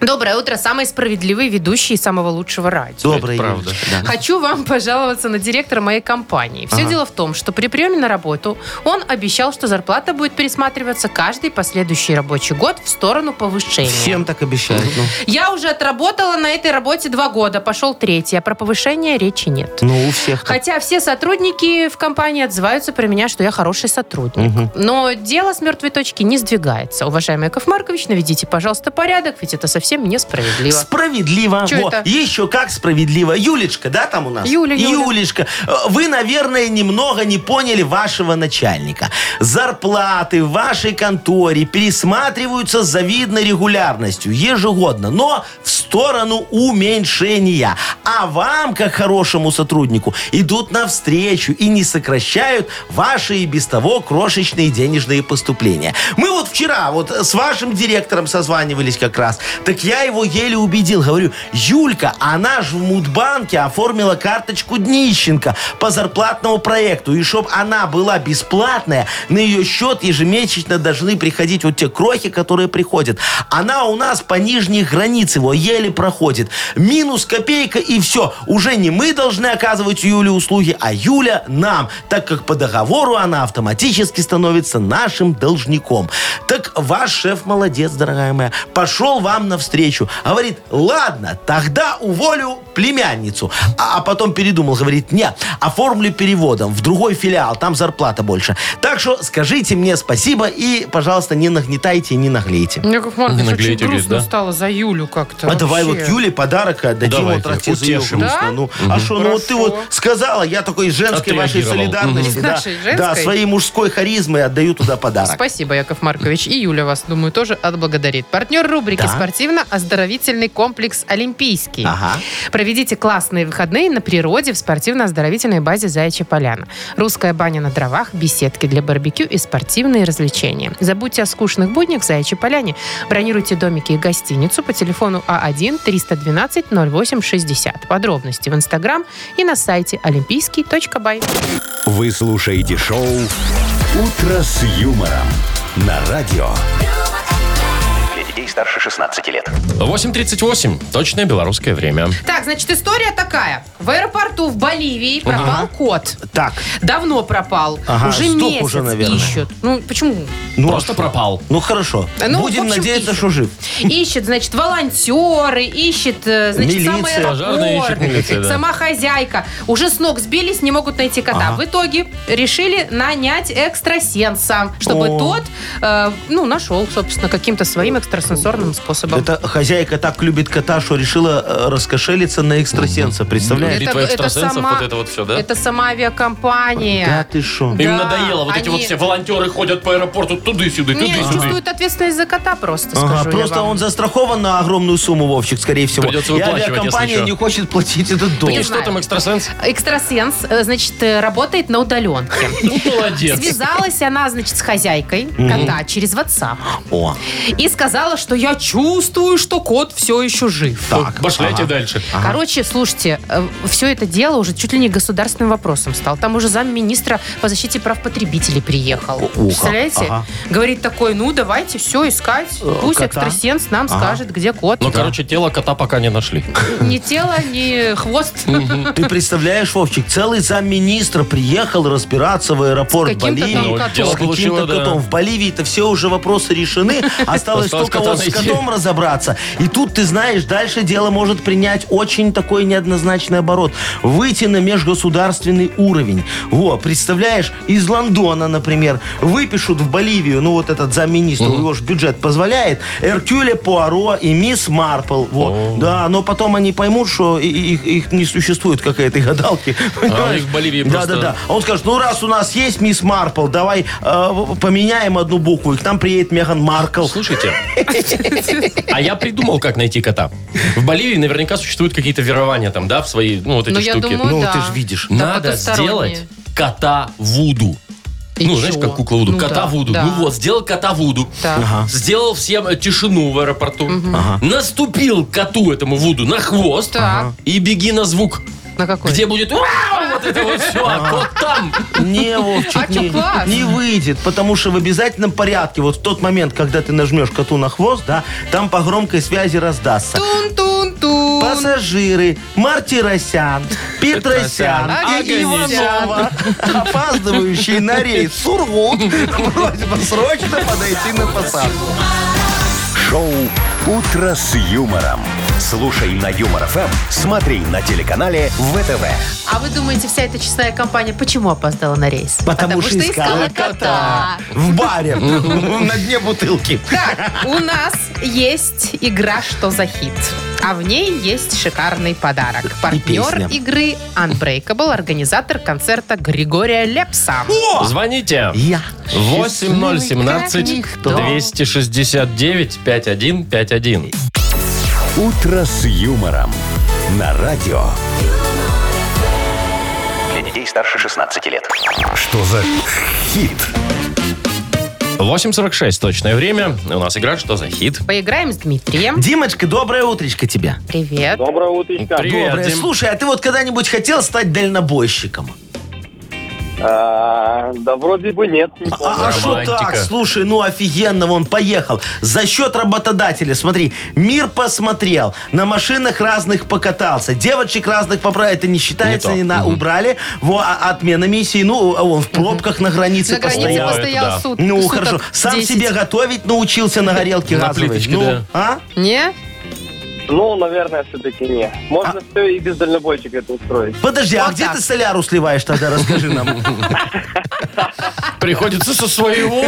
Speaker 3: Доброе утро, самый справедливый ведущий самого лучшего радио.
Speaker 4: доброе.
Speaker 2: правда.
Speaker 4: Юлечка, да.
Speaker 3: Хочу вам пожаловаться на директора моей компании. Все дело в том, что при приеме на работу он обещал, что зарплата будет пересматриваться каждый последующий рабочий год в сторону повышения.
Speaker 4: Всем так обещают. ну.
Speaker 3: Я уже отработала на этой работе два года, пошел третий, а про повышение речи нет.
Speaker 4: Ну, у всех так.
Speaker 3: Хотя все сотрудники в компании отзываются про меня, что я хороший сотрудник. Но дело с мертвой точки не сдвигается. Уважаемый Яков Маркович, наведите, пожалуйста, порядок, ведь это совсем несправедливо.
Speaker 4: Справедливо.
Speaker 3: Чё
Speaker 4: Во,
Speaker 3: это?
Speaker 4: Еще как справедливо. Юлечка, да, там у нас?
Speaker 3: Юля, Юля.
Speaker 4: Юлечка, э, вы, наверное, немного не поняли вашего начальника. Зарплаты в вашей конторе пересматриваются с завидной регулярностью, ежегодно, но в сторону уменьшения. А вам, как хорошему сотруднику, идут навстречу и не сокращают ваши и без того крошечные денежные поступления. Мы вот вчера вот с вашим директором созванивались как раз. Так я его еле убедил. Говорю, Юлька, она же в Мудбанке оформила карточку Днищенко по зарплатному проекту. И чтоб она была бесплатная, на ее счет ежемесячно должны приходить вот те крохи, которые приходят. Она у нас по нижней границе его еле проходит. Минус копейка и все. Уже не мы должны оказывать Юле услуги, а Юля нам, так как по договору она автоматически становится нашим должником. Так ваш шеф молодец, дорогая моя. Пошел вам навстречу. Говорит, ладно, тогда уволю племянницу. А, а потом передумал, говорит, не, оформлю переводом в другой филиал, там зарплата больше. Так что скажите мне спасибо и, пожалуйста, не нагнетайте и не наглейте.
Speaker 3: Яков
Speaker 2: Не
Speaker 3: Маркович, очень
Speaker 2: наглейте, говорит,
Speaker 3: грустно
Speaker 2: да?
Speaker 3: стало за Юлю как-то.
Speaker 4: А давай вот
Speaker 3: вообще.
Speaker 4: Юле подарок отдадим,
Speaker 2: Давайте,
Speaker 4: вот раз тебе за её
Speaker 2: утешим.
Speaker 4: грустно.
Speaker 3: Да?
Speaker 4: Ну, а что, ну вот ты
Speaker 3: Хорошо.
Speaker 4: вот сказала, я такой из женской вашей
Speaker 2: Отреагировал.
Speaker 4: солидарности,
Speaker 3: Мгм. Из
Speaker 4: да,
Speaker 3: нашей женской?
Speaker 4: да, своей мужской харизмой отдаю туда подарок.
Speaker 3: Спасибо, Яков Маркович. И Юля вас, думаю, тоже отблагодарит. Партнер рубрики
Speaker 4: Да.
Speaker 3: «Спортивно-оздоровительный комплекс Олимпийский».
Speaker 4: Ага.
Speaker 3: Проведите классные выходные на природе в спортивно-оздоровительной базе «Заячья поляна». Русская баня на дровах, беседки для барбекю и спортивные развлечения. Забудьте о скучных буднях в «Заячьей поляне». Бронируйте домики и гостиницу по телефону А А1-312-08-60. Подробности в Инстаграм и на сайте олимпийский.бай.
Speaker 1: Вы слушаете шоу «Утро с юмором» на радио.
Speaker 5: Для детей старше 16 лет.
Speaker 2: 8.38. Точное белорусское время.
Speaker 3: Так, значит, история такая. В аэропорту в Боливии пропал кот.
Speaker 4: Так,
Speaker 3: Давно пропал.
Speaker 4: Ага,
Speaker 3: уже
Speaker 4: сдох
Speaker 3: месяц
Speaker 4: уже, наверное.
Speaker 3: ищут. Ну, почему?
Speaker 4: ну
Speaker 2: Просто
Speaker 4: а что?
Speaker 2: пропал.
Speaker 4: Ну хорошо,
Speaker 3: Ну, в
Speaker 4: будем
Speaker 3: общем,
Speaker 4: надеяться,
Speaker 3: ищут.
Speaker 4: что жив.
Speaker 3: Ищет, значит, волонтеры, ищет, э, значит,
Speaker 4: Милиция,
Speaker 3: сам аэропорт,
Speaker 2: пожарные ищет, милиция, да.
Speaker 3: сама хозяйка. Уже с ног сбились, не могут найти кота. В итоге решили нанять экстрасенса, чтобы
Speaker 4: О.
Speaker 3: тот, э, ну, нашел, собственно, каким-то своим экстрасенсорным способом.
Speaker 4: Это хозяйка так любит кота, что решила э, раскошелиться на экстрасенса, представляешь?
Speaker 2: Битва экстрасенсов, вот это вот всё, да?
Speaker 3: Это сама авиакомпания.
Speaker 4: Да ты шо?
Speaker 2: Им
Speaker 3: Да,
Speaker 2: надоело, вот эти вот
Speaker 3: они-
Speaker 2: все волонтеры ходят по аэропорту туды-сюды,
Speaker 3: Не,
Speaker 2: туды-сюды.
Speaker 3: чувствуют ответственность за кота просто,
Speaker 4: Ага,
Speaker 3: скажу я
Speaker 4: просто
Speaker 3: вам.
Speaker 4: он застрахован на огромную сумму, Вовчик, скорее всего.
Speaker 2: Придется
Speaker 4: И
Speaker 2: выплачивать, если
Speaker 4: авиакомпания
Speaker 2: чё.
Speaker 4: не хочет платить этот долг.
Speaker 2: И что там, экстрасенс?
Speaker 3: Экстрасенс, э, значит, э, работает на удаленке.
Speaker 2: Ну, молодец.
Speaker 3: Связалась она, значит, с хозяйкой кота через WhatsApp
Speaker 4: О,
Speaker 3: и сказала, что я чувствую, что кот все еще жив.
Speaker 2: Так, Башляйте дальше.
Speaker 3: Короче, слушайте, все это дело уже чуть ли не государственным вопросом стало. Там уже замминистра по защите прав потребителей приехал. Представляете?
Speaker 4: Ага. Э,
Speaker 3: Говорит такой, ну давайте все искать. Пусть
Speaker 4: кота?
Speaker 3: экстрасенс нам скажет, где кот.
Speaker 2: Ну, короче, тело кота пока не нашли.
Speaker 3: Ни тело, ни хвост.
Speaker 4: ты представляешь, Вовчик, целый замминистра приехал разбираться в аэропорт
Speaker 3: С каким-то
Speaker 4: Боливии.
Speaker 3: там Ну,
Speaker 2: котом.
Speaker 4: С
Speaker 2: дело получило,
Speaker 4: каким-то
Speaker 2: да.
Speaker 4: котом. В Боливии-то все уже вопросы решены. Осталось
Speaker 2: Осталось
Speaker 4: только
Speaker 2: кота
Speaker 4: вот с
Speaker 2: найти.
Speaker 4: котом разобраться. И тут, ты знаешь, дальше дело может принять очень такой неоднозначный оборот. Выйти на межгосударственный уровень. Во, представляешь, из Лондона, например, выпишут в Боливию, ну вот этот замминистра, его же бюджет позволяет, Эркюле Пуаро и мисс Марпл. Во. Да, но потом они поймут, что и- и- их, их не существует, как и этой гадалки.
Speaker 2: их А в Боливии
Speaker 4: да,
Speaker 2: просто-
Speaker 4: Да, да, а он скажет, ну раз у нас есть мисс Марпл, давай э, в- поменяем одну букву, и к нам приедет Меган Маркл.
Speaker 2: Слушайте, а я придумал, как найти кота. В Боливии наверняка существуют какие-то верования там, да, в свои, ну, вот эти
Speaker 3: Ну, я
Speaker 2: штуки.
Speaker 3: думаю,
Speaker 4: Ну,
Speaker 3: да.
Speaker 4: ты ж видишь.
Speaker 3: Да,
Speaker 2: Надо
Speaker 3: потусторонние.
Speaker 2: сделать кота Вуду.
Speaker 3: И
Speaker 2: ну, знаешь,
Speaker 3: чё?
Speaker 2: как кукла Вуду.
Speaker 3: Ну
Speaker 2: кота
Speaker 3: да,
Speaker 2: Вуду.
Speaker 3: да.
Speaker 2: Ну вот, сделал кота Вуду.
Speaker 3: Так.
Speaker 2: Сделал всем э, тишину в аэропорту. Наступил коту этому Вуду на хвост.
Speaker 3: Так.
Speaker 2: И беги на звук.
Speaker 3: а На какой?
Speaker 2: Где будет «Уау!» вот это вот все, а кот там.
Speaker 4: Не, Вовчик,
Speaker 3: А чё,
Speaker 4: не,
Speaker 3: класс?
Speaker 4: не выйдет, потому что в обязательном порядке, вот в тот момент, когда ты нажмешь коту на хвост, да, там по громкой связи раздастся.
Speaker 3: Тун-тун-тун.
Speaker 4: Пассажиры Мартиросян, Петросян и
Speaker 3: Агасян.
Speaker 4: Иванова, опаздывающие на рейс Сургут, просьба срочно подойти на посадку.
Speaker 1: Шоу «Утро с юмором». Слушай на Юмор ФМ, смотри на телеканале ВТВ.
Speaker 3: А вы думаете, вся эта честная компания почему опоздала на рейс?
Speaker 4: Потому что искала кота. В баре, на дне бутылки.
Speaker 3: Так, у нас есть игра «Что за хит?». А в ней есть шикарный подарок. Партнер
Speaker 4: песня.
Speaker 3: игры Unbreakable, организатор концерта Григория Лепса.
Speaker 2: Звоните.
Speaker 4: Я.
Speaker 2: 8017-269-5151.
Speaker 1: «Утро с юмором» на радио.
Speaker 5: Для детей старше 16 лет.
Speaker 1: Что за хит?
Speaker 2: 8.46 точное время. У нас игра «Что за хит?»
Speaker 3: Поиграем с Дмитрием.
Speaker 4: Димочка, доброе утречко тебе.
Speaker 3: Привет.
Speaker 6: Доброе утречко.
Speaker 2: Привет,
Speaker 4: Доброе.
Speaker 2: Дим.
Speaker 4: Слушай, а ты вот когда-нибудь хотел стать дальнобойщиком?
Speaker 6: А, да вроде бы нет. не помню.
Speaker 4: А что так?
Speaker 2: Романтика.
Speaker 4: Слушай, ну офигенно, он поехал. За счет работодателя, смотри, мир посмотрел, на машинах разных покатался, девочек разных поправил, это не считается,
Speaker 2: Не то.
Speaker 4: не, на, убрали, во, а- отмена миссии, ну, а он в пробках на границе
Speaker 3: На границе
Speaker 4: постоял.
Speaker 2: постоял, это
Speaker 3: постоял
Speaker 2: да.
Speaker 3: суд.
Speaker 4: Ну,
Speaker 3: суток
Speaker 4: хорошо. Сам
Speaker 3: 10.
Speaker 4: себе готовить научился на горелке
Speaker 2: На
Speaker 4: газовой.
Speaker 2: плиточке,
Speaker 4: ну,
Speaker 2: да.
Speaker 4: а?
Speaker 3: Не?
Speaker 6: Ну, наверное, все-таки нет. Можно все и без дальнобойщика это устроить.
Speaker 4: Подожди, а
Speaker 3: Вот
Speaker 4: где
Speaker 3: так.
Speaker 4: ты соляру сливаешь тогда, расскажи нам.
Speaker 2: Приходится со своего.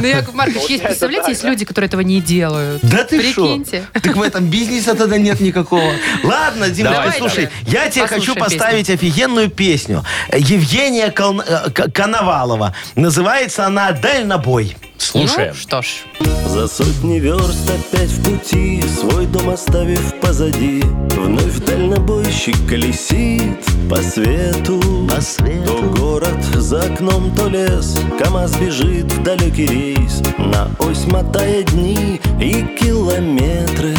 Speaker 3: Ну, Яков Маркович, есть, представляете, есть люди, которые этого не делают.
Speaker 4: Да ты что?
Speaker 3: Прикиньте.
Speaker 4: Так в этом бизнеса тогда нет никакого. Ладно, Дим,
Speaker 2: Давай,
Speaker 4: слушай, я тебе
Speaker 3: Послушаем
Speaker 4: хочу поставить офигенную песню. Евгения Кол- э, К- Коновалова. Называется она «Дальнобой».
Speaker 2: Слушаем.
Speaker 3: Ну, что ж.
Speaker 9: За сотни верст опять в пути, свой дом оставив позади, вновь дальнобойщик колесит по свету. То город за окном, то лес, КамАЗ бежит в далекий рейс, на ось мотая дни и километры.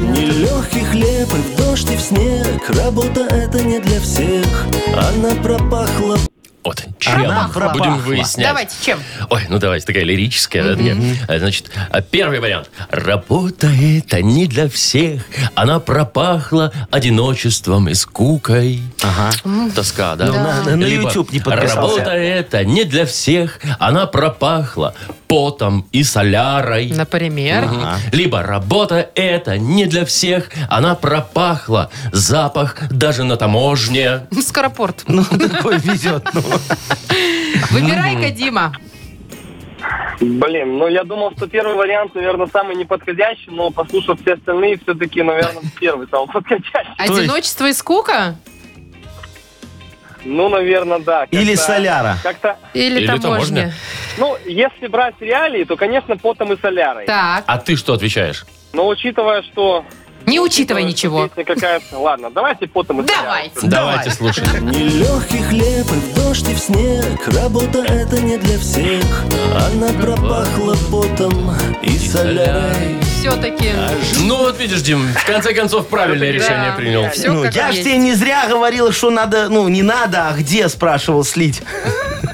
Speaker 9: Нелегкий хлеб и в дождь и в снег, работа это не для всех, она пропахла
Speaker 2: Вот, чем
Speaker 4: пропахла.
Speaker 2: будем выяснять.
Speaker 3: Давайте, чем?
Speaker 2: Ой, ну давайте, такая лирическая. да, такая. А, Значит, а, первый вариант. Работа это не для всех. Она пропахла одиночеством и скукой. Ага. Тоска, да?
Speaker 4: Ну, на- на- на
Speaker 2: Либо
Speaker 4: YouTube не подписался.
Speaker 2: Работа это не для всех. Она пропахла потом и солярой.
Speaker 3: Например.
Speaker 2: Мгм.
Speaker 4: А.
Speaker 2: Либо работа это не для всех, она пропахла запах даже на таможне.
Speaker 3: Скоропорт.
Speaker 4: Ну, такой везет. ну.
Speaker 3: Выбирай-ка, Дима.
Speaker 6: Блин, ну я думал, что первый вариант, наверное, самый неподходящий, но послушав все остальные, все-таки, наверное, первый самый подходящий.
Speaker 4: есть-
Speaker 3: Одиночество и скука?
Speaker 6: Ну, наверное, да. как-то-
Speaker 4: Или соляра.
Speaker 6: Как-то,
Speaker 3: Или,
Speaker 2: Или
Speaker 3: таможня?
Speaker 2: таможня.
Speaker 6: ну, если брать реалии, то, конечно, потом и солярой.
Speaker 3: Так,
Speaker 2: А ты что отвечаешь?
Speaker 6: Но учитывая, что...
Speaker 3: не учитывая
Speaker 6: что
Speaker 3: ничего.
Speaker 6: Песня какая-то... Ладно, давайте потом и солярой.
Speaker 3: Давайте.
Speaker 2: Давайте слушай.
Speaker 9: Нелегкий хлеб и в дождь и в снег Работа это не для всех Она пропахла потом и солярой
Speaker 3: Все-таки.
Speaker 2: Ну вот видишь, Дим, в конце концов правильное решение принял.
Speaker 3: Все
Speaker 4: ну,
Speaker 3: как
Speaker 4: я ж
Speaker 3: есть.
Speaker 4: тебе не зря говорил, что надо, ну, не надо, а где, спрашивал, слить.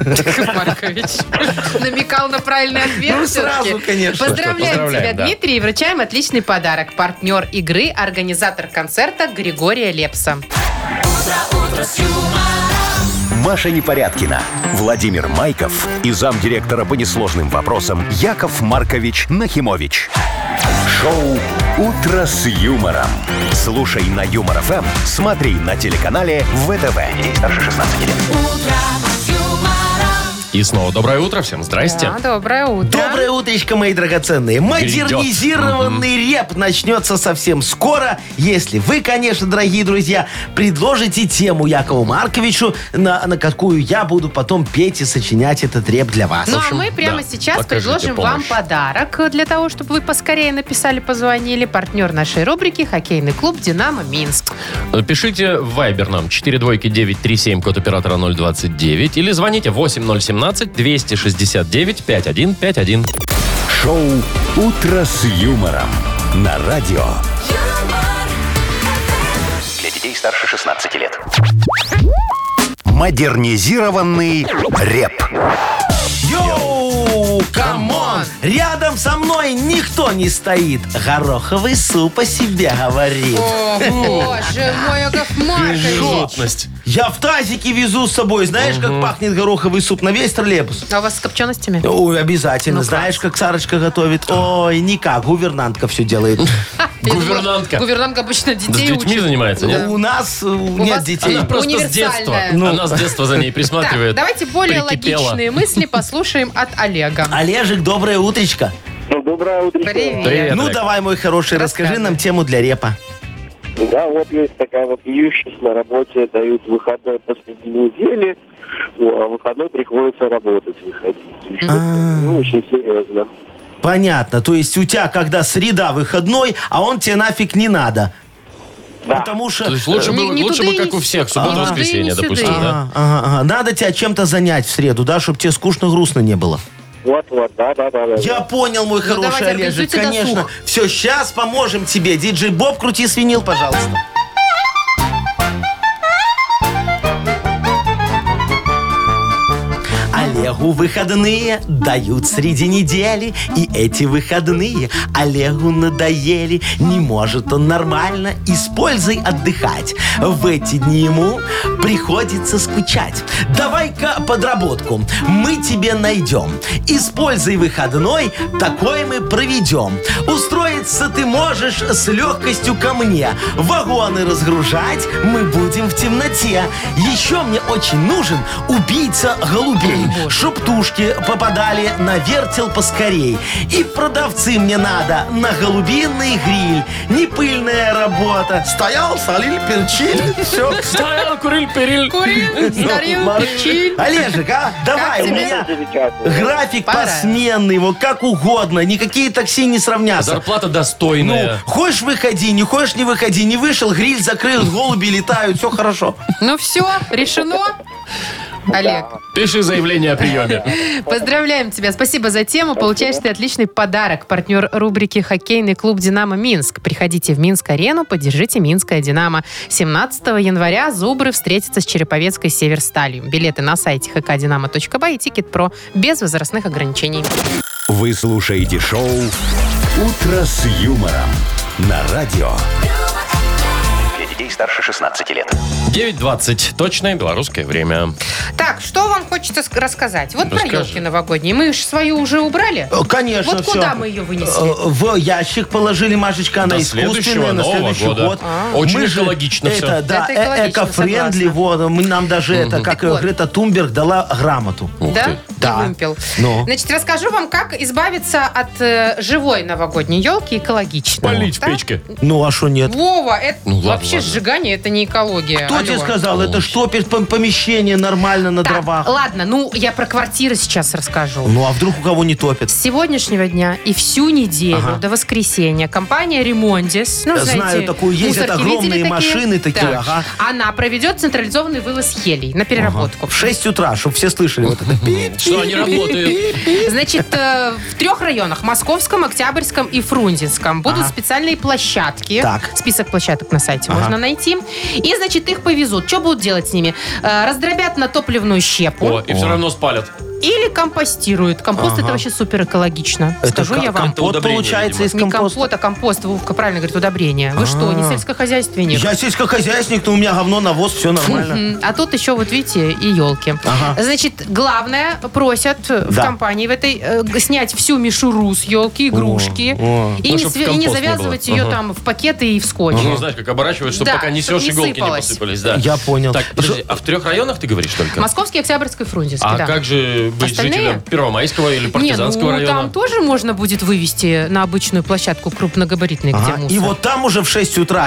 Speaker 3: Яков Маркович. Намекал на правильный ответ.
Speaker 4: Ну,
Speaker 3: всё-таки.
Speaker 4: сразу, конечно.
Speaker 3: Поздравляем,
Speaker 2: Что, поздравляем,
Speaker 3: тебя,
Speaker 2: да.
Speaker 3: Дмитрий, и вручаем отличный подарок. Партнер игры, организатор концерта Григория Лепса.
Speaker 1: Маша Непорядкина, Владимир Майков и замдиректора по несложным вопросам Яков Маркович Нахимович. Шоу «Утро с юмором». Слушай на Юмор ФМ, смотри на телеканале ВТВ. Ей старше 16 лет.
Speaker 2: И снова доброе утро, всем здрасте.
Speaker 3: Да, доброе утро.
Speaker 4: Доброе утречко, мои драгоценные. Модернизированный реп начнется совсем скоро, если вы, конечно, дорогие друзья, предложите тему Якову Марковичу, на, на какую я буду потом петь и сочинять этот реп для вас.
Speaker 3: Ну,
Speaker 2: общем,
Speaker 3: а мы прямо
Speaker 2: да,
Speaker 3: сейчас
Speaker 2: покажите
Speaker 3: предложим вам
Speaker 2: помощь.
Speaker 3: подарок для того, чтобы вы поскорее написали, позвонили. Партнер нашей рубрики – хоккейный клуб «Динамо Минск».
Speaker 2: Пишите в Viber нам 42937, код оператора 029, или звоните 8017-269-5151.
Speaker 1: Шоу «Утро с юмором» на радио.
Speaker 5: Для детей старше 16 лет.
Speaker 1: Модернизированный реп.
Speaker 4: Йоу, камон! Рядом со мной никто не стоит. Гороховый суп о себе говорит.
Speaker 3: О, боже мой, Яков Маркович!
Speaker 2: Жопность.
Speaker 4: Я в тазике везу с собой. Знаешь, как пахнет гороховый суп на весь троллейбус?
Speaker 3: А у вас с копченостями?
Speaker 4: Ой, обязательно.
Speaker 3: Ну, класс.
Speaker 4: Знаешь, как Сарочка готовит? Ой, никак. Гувернантка все делает.
Speaker 3: Я думала,
Speaker 2: Гувернантка.
Speaker 3: Гувернантка обычно
Speaker 2: Да С
Speaker 3: детей
Speaker 2: детьми
Speaker 3: учит.
Speaker 2: занимается, нет?
Speaker 4: У нас э,
Speaker 3: У
Speaker 4: нет
Speaker 3: вас-
Speaker 4: детей.
Speaker 2: Она просто с детства.
Speaker 3: Универсальная.
Speaker 2: Она с детства за ней
Speaker 3: Ну. Так,
Speaker 2: присматривает.
Speaker 3: давайте более
Speaker 2: Прикипела.
Speaker 3: логичные мысли послушаем от Олега.
Speaker 4: Олежек, доброе утречко.
Speaker 7: Ну, доброе утречко.
Speaker 3: Привет.
Speaker 2: Привет,
Speaker 4: ну,
Speaker 2: Олег.
Speaker 4: давай, мой хороший, расскажи
Speaker 3: Рассказывай.
Speaker 4: нам тему для репа.
Speaker 7: Да, вот есть такая вот вьющесть на работе, дают выходной посреди недели, ну, а выходной приходится работать, выходить. Ну, очень серьезно.
Speaker 4: А. Понятно. То есть у тебя, когда среда выходной, а он тебе нафиг не надо.
Speaker 7: Да.
Speaker 4: Потому что...
Speaker 2: То есть лучше,
Speaker 3: Не-
Speaker 2: было,
Speaker 3: не
Speaker 2: лучше
Speaker 3: туда
Speaker 2: бы,
Speaker 3: и
Speaker 2: как у
Speaker 3: не-
Speaker 2: всех, суббота,
Speaker 4: не туда и
Speaker 2: воскресенье,
Speaker 3: не
Speaker 2: допустим,
Speaker 3: сюда.
Speaker 2: да?
Speaker 4: Ага, ага, ага. Надо тебя чем-то занять в среду, да, чтобы тебе скучно-грустно не было.
Speaker 7: Вот-вот, да-да-да.
Speaker 4: Я понял, мой
Speaker 3: давайте,
Speaker 4: хороший Олежек,
Speaker 3: организуйте
Speaker 4: конечно.
Speaker 3: досуг.
Speaker 4: Все, сейчас поможем тебе. Диджей Боб, крути свинил, пожалуйста. Олегу выходные дают среди недели И эти выходные Олегу надоели Не может он нормально и с пользой отдыхать В эти дни ему приходится скучать Давай-ка подработку мы тебе найдем И с пользой выходной такой мы проведем Устроиться ты можешь с легкостью ко мне Вагоны разгружать мы будем в темноте Еще мне очень нужен убийца голубей Чтоб тушки попадали на вертел поскорей И продавцы мне надо на голубиный гриль Не пыльная работа Стоял, солил, перчил Все,
Speaker 2: Стоял, куриль, периль.
Speaker 3: Курил, старил, печиль.
Speaker 4: Олежек, а? Давай, у
Speaker 3: тебе?
Speaker 4: меня
Speaker 7: Замечательно.
Speaker 4: график
Speaker 3: Пора.
Speaker 4: посменный, вот как угодно, никакие такси не сравнятся.
Speaker 2: Зарплата
Speaker 4: Ну,
Speaker 2: достойная.
Speaker 4: хочешь выходи, не хочешь не выходи, не вышел, гриль закрыл, голуби летают, все хорошо.
Speaker 3: Ну все, решено. Олег,
Speaker 2: Пиши заявление о приеме.
Speaker 3: поздравляем тебя. Спасибо за тему. Получаешь ты отличный подарок. Партнер рубрики «Хоккейный клуб «Динамо Минск». Приходите в Минск-арену, поддержите «Минское Динамо». 17 января «Зубры» встретятся с Череповецкой «Северсталью». Билеты на сайте hkdinamo.by и «Тикет.Про» без возрастных ограничений.
Speaker 1: Вы слушаете шоу «Утро с юмором» на радио.
Speaker 5: Для детей детей старше 16 лет.
Speaker 2: 9.20. Точное белорусское время.
Speaker 3: Так, что вам хочется ск- рассказать? Вот про
Speaker 2: Расскажи.
Speaker 3: елки новогодние. Мы же свою уже убрали.
Speaker 4: Э, Конечно,
Speaker 3: Вот
Speaker 4: всё.
Speaker 3: куда мы её вынесли?
Speaker 4: Э, В ящик положили, Машечка, она
Speaker 2: До следующего
Speaker 4: искусственная, на
Speaker 2: Нового
Speaker 4: следующий
Speaker 2: года.
Speaker 4: год.
Speaker 2: А. Очень
Speaker 4: Мы же-
Speaker 2: экологично всё.
Speaker 4: Это, да,
Speaker 3: Это
Speaker 4: э-
Speaker 3: экологично,
Speaker 4: эко-френдли.
Speaker 3: согласна.
Speaker 4: Вот, мы- нам даже это,
Speaker 3: Так
Speaker 4: как ее
Speaker 3: вот.
Speaker 4: Грета Тумберг дала грамоту.
Speaker 2: Ух
Speaker 3: да?
Speaker 2: ты.
Speaker 3: И
Speaker 4: Да.
Speaker 3: вымпел.
Speaker 4: Ну.
Speaker 3: Значит, расскажу вам, как избавиться от э, живой новогодней елки экологично.
Speaker 2: Полить в
Speaker 3: Да?
Speaker 2: печке.
Speaker 4: Ну, а что нет?
Speaker 3: Вова, это
Speaker 2: Ну, ладно,
Speaker 3: вообще
Speaker 2: ладно.
Speaker 3: сжигание, это не экология.
Speaker 4: Кто тебе
Speaker 3: Алло.
Speaker 4: сказал? Это что, пер- пом- помещение нормально на
Speaker 3: Так,
Speaker 4: дровах?
Speaker 3: ладно, ну я про квартиры сейчас расскажу.
Speaker 4: Ну, а вдруг у кого не топит?
Speaker 3: С сегодняшнего дня и всю неделю
Speaker 4: Ага.
Speaker 3: до воскресенья компания «Ремондис», ну,
Speaker 4: Знаю
Speaker 3: знаете,
Speaker 4: такую, ездят
Speaker 3: мусорки,
Speaker 4: огромные
Speaker 3: видели
Speaker 4: машины такие,
Speaker 3: Так.
Speaker 4: ага.
Speaker 3: Она проведет централизованный вывоз елей на переработку.
Speaker 4: В 6 утра, чтобы все слышали. Вот это.
Speaker 2: Что они работают?
Speaker 3: Значит, э, в трех районах, Московском, Октябрьском и Фрунзенском, будут специальные площадки.
Speaker 4: Так.
Speaker 3: Список площадок на сайте
Speaker 4: Ага.
Speaker 3: можно найти. И, значит, их повезут. Что будут делать с ними? Э, Раздробят на топливную щепу
Speaker 2: О, и все равно спалят.
Speaker 3: или компостируют. Компост это вообще супер экологично. Скажу
Speaker 4: как-
Speaker 3: я вам.
Speaker 2: Это
Speaker 4: Вот
Speaker 2: удобрение,
Speaker 4: получается
Speaker 2: видимо.
Speaker 4: из
Speaker 3: Не
Speaker 4: компоста.
Speaker 3: компот, а компост. Вовка правильно говорит, удобрение. Вы что,
Speaker 2: А.
Speaker 3: не сельскохозяйственник?
Speaker 4: Я сельскохозяйственник, но у меня говно, навоз, все нормально.
Speaker 3: М, А тут еще, вот видите, и елки. Значит, главное, просят в
Speaker 4: Да.
Speaker 3: компании в этой э, г- снять всю мишуру с елки, игрушки. И,
Speaker 2: Ну,
Speaker 3: не,
Speaker 2: чтоб
Speaker 3: све- и не
Speaker 2: компост не
Speaker 3: завязывать
Speaker 2: было.
Speaker 3: ее
Speaker 2: Ага.
Speaker 3: там в пакеты и в скотч.
Speaker 2: Ну, знаешь, как оборачивают, чтобы
Speaker 3: Да,
Speaker 2: пока
Speaker 3: чтоб
Speaker 2: несешь,
Speaker 3: не
Speaker 2: иголки не
Speaker 3: сыпалось.
Speaker 2: посыпались. Да.
Speaker 4: Я понял.
Speaker 2: Так, подожди, а в трех районах ты говоришь только?
Speaker 3: Московский, Октябрьский, Фрунзенский,
Speaker 2: А
Speaker 3: да.
Speaker 2: как же быть
Speaker 3: Остальные?
Speaker 2: жителем Первомайского или
Speaker 3: Не, ну
Speaker 2: Партизанского
Speaker 3: там
Speaker 2: района?
Speaker 3: тоже можно будет вывести на обычную площадку крупногабаритный, где
Speaker 4: Ага.
Speaker 3: мусор.
Speaker 4: И вот там уже в 6 утра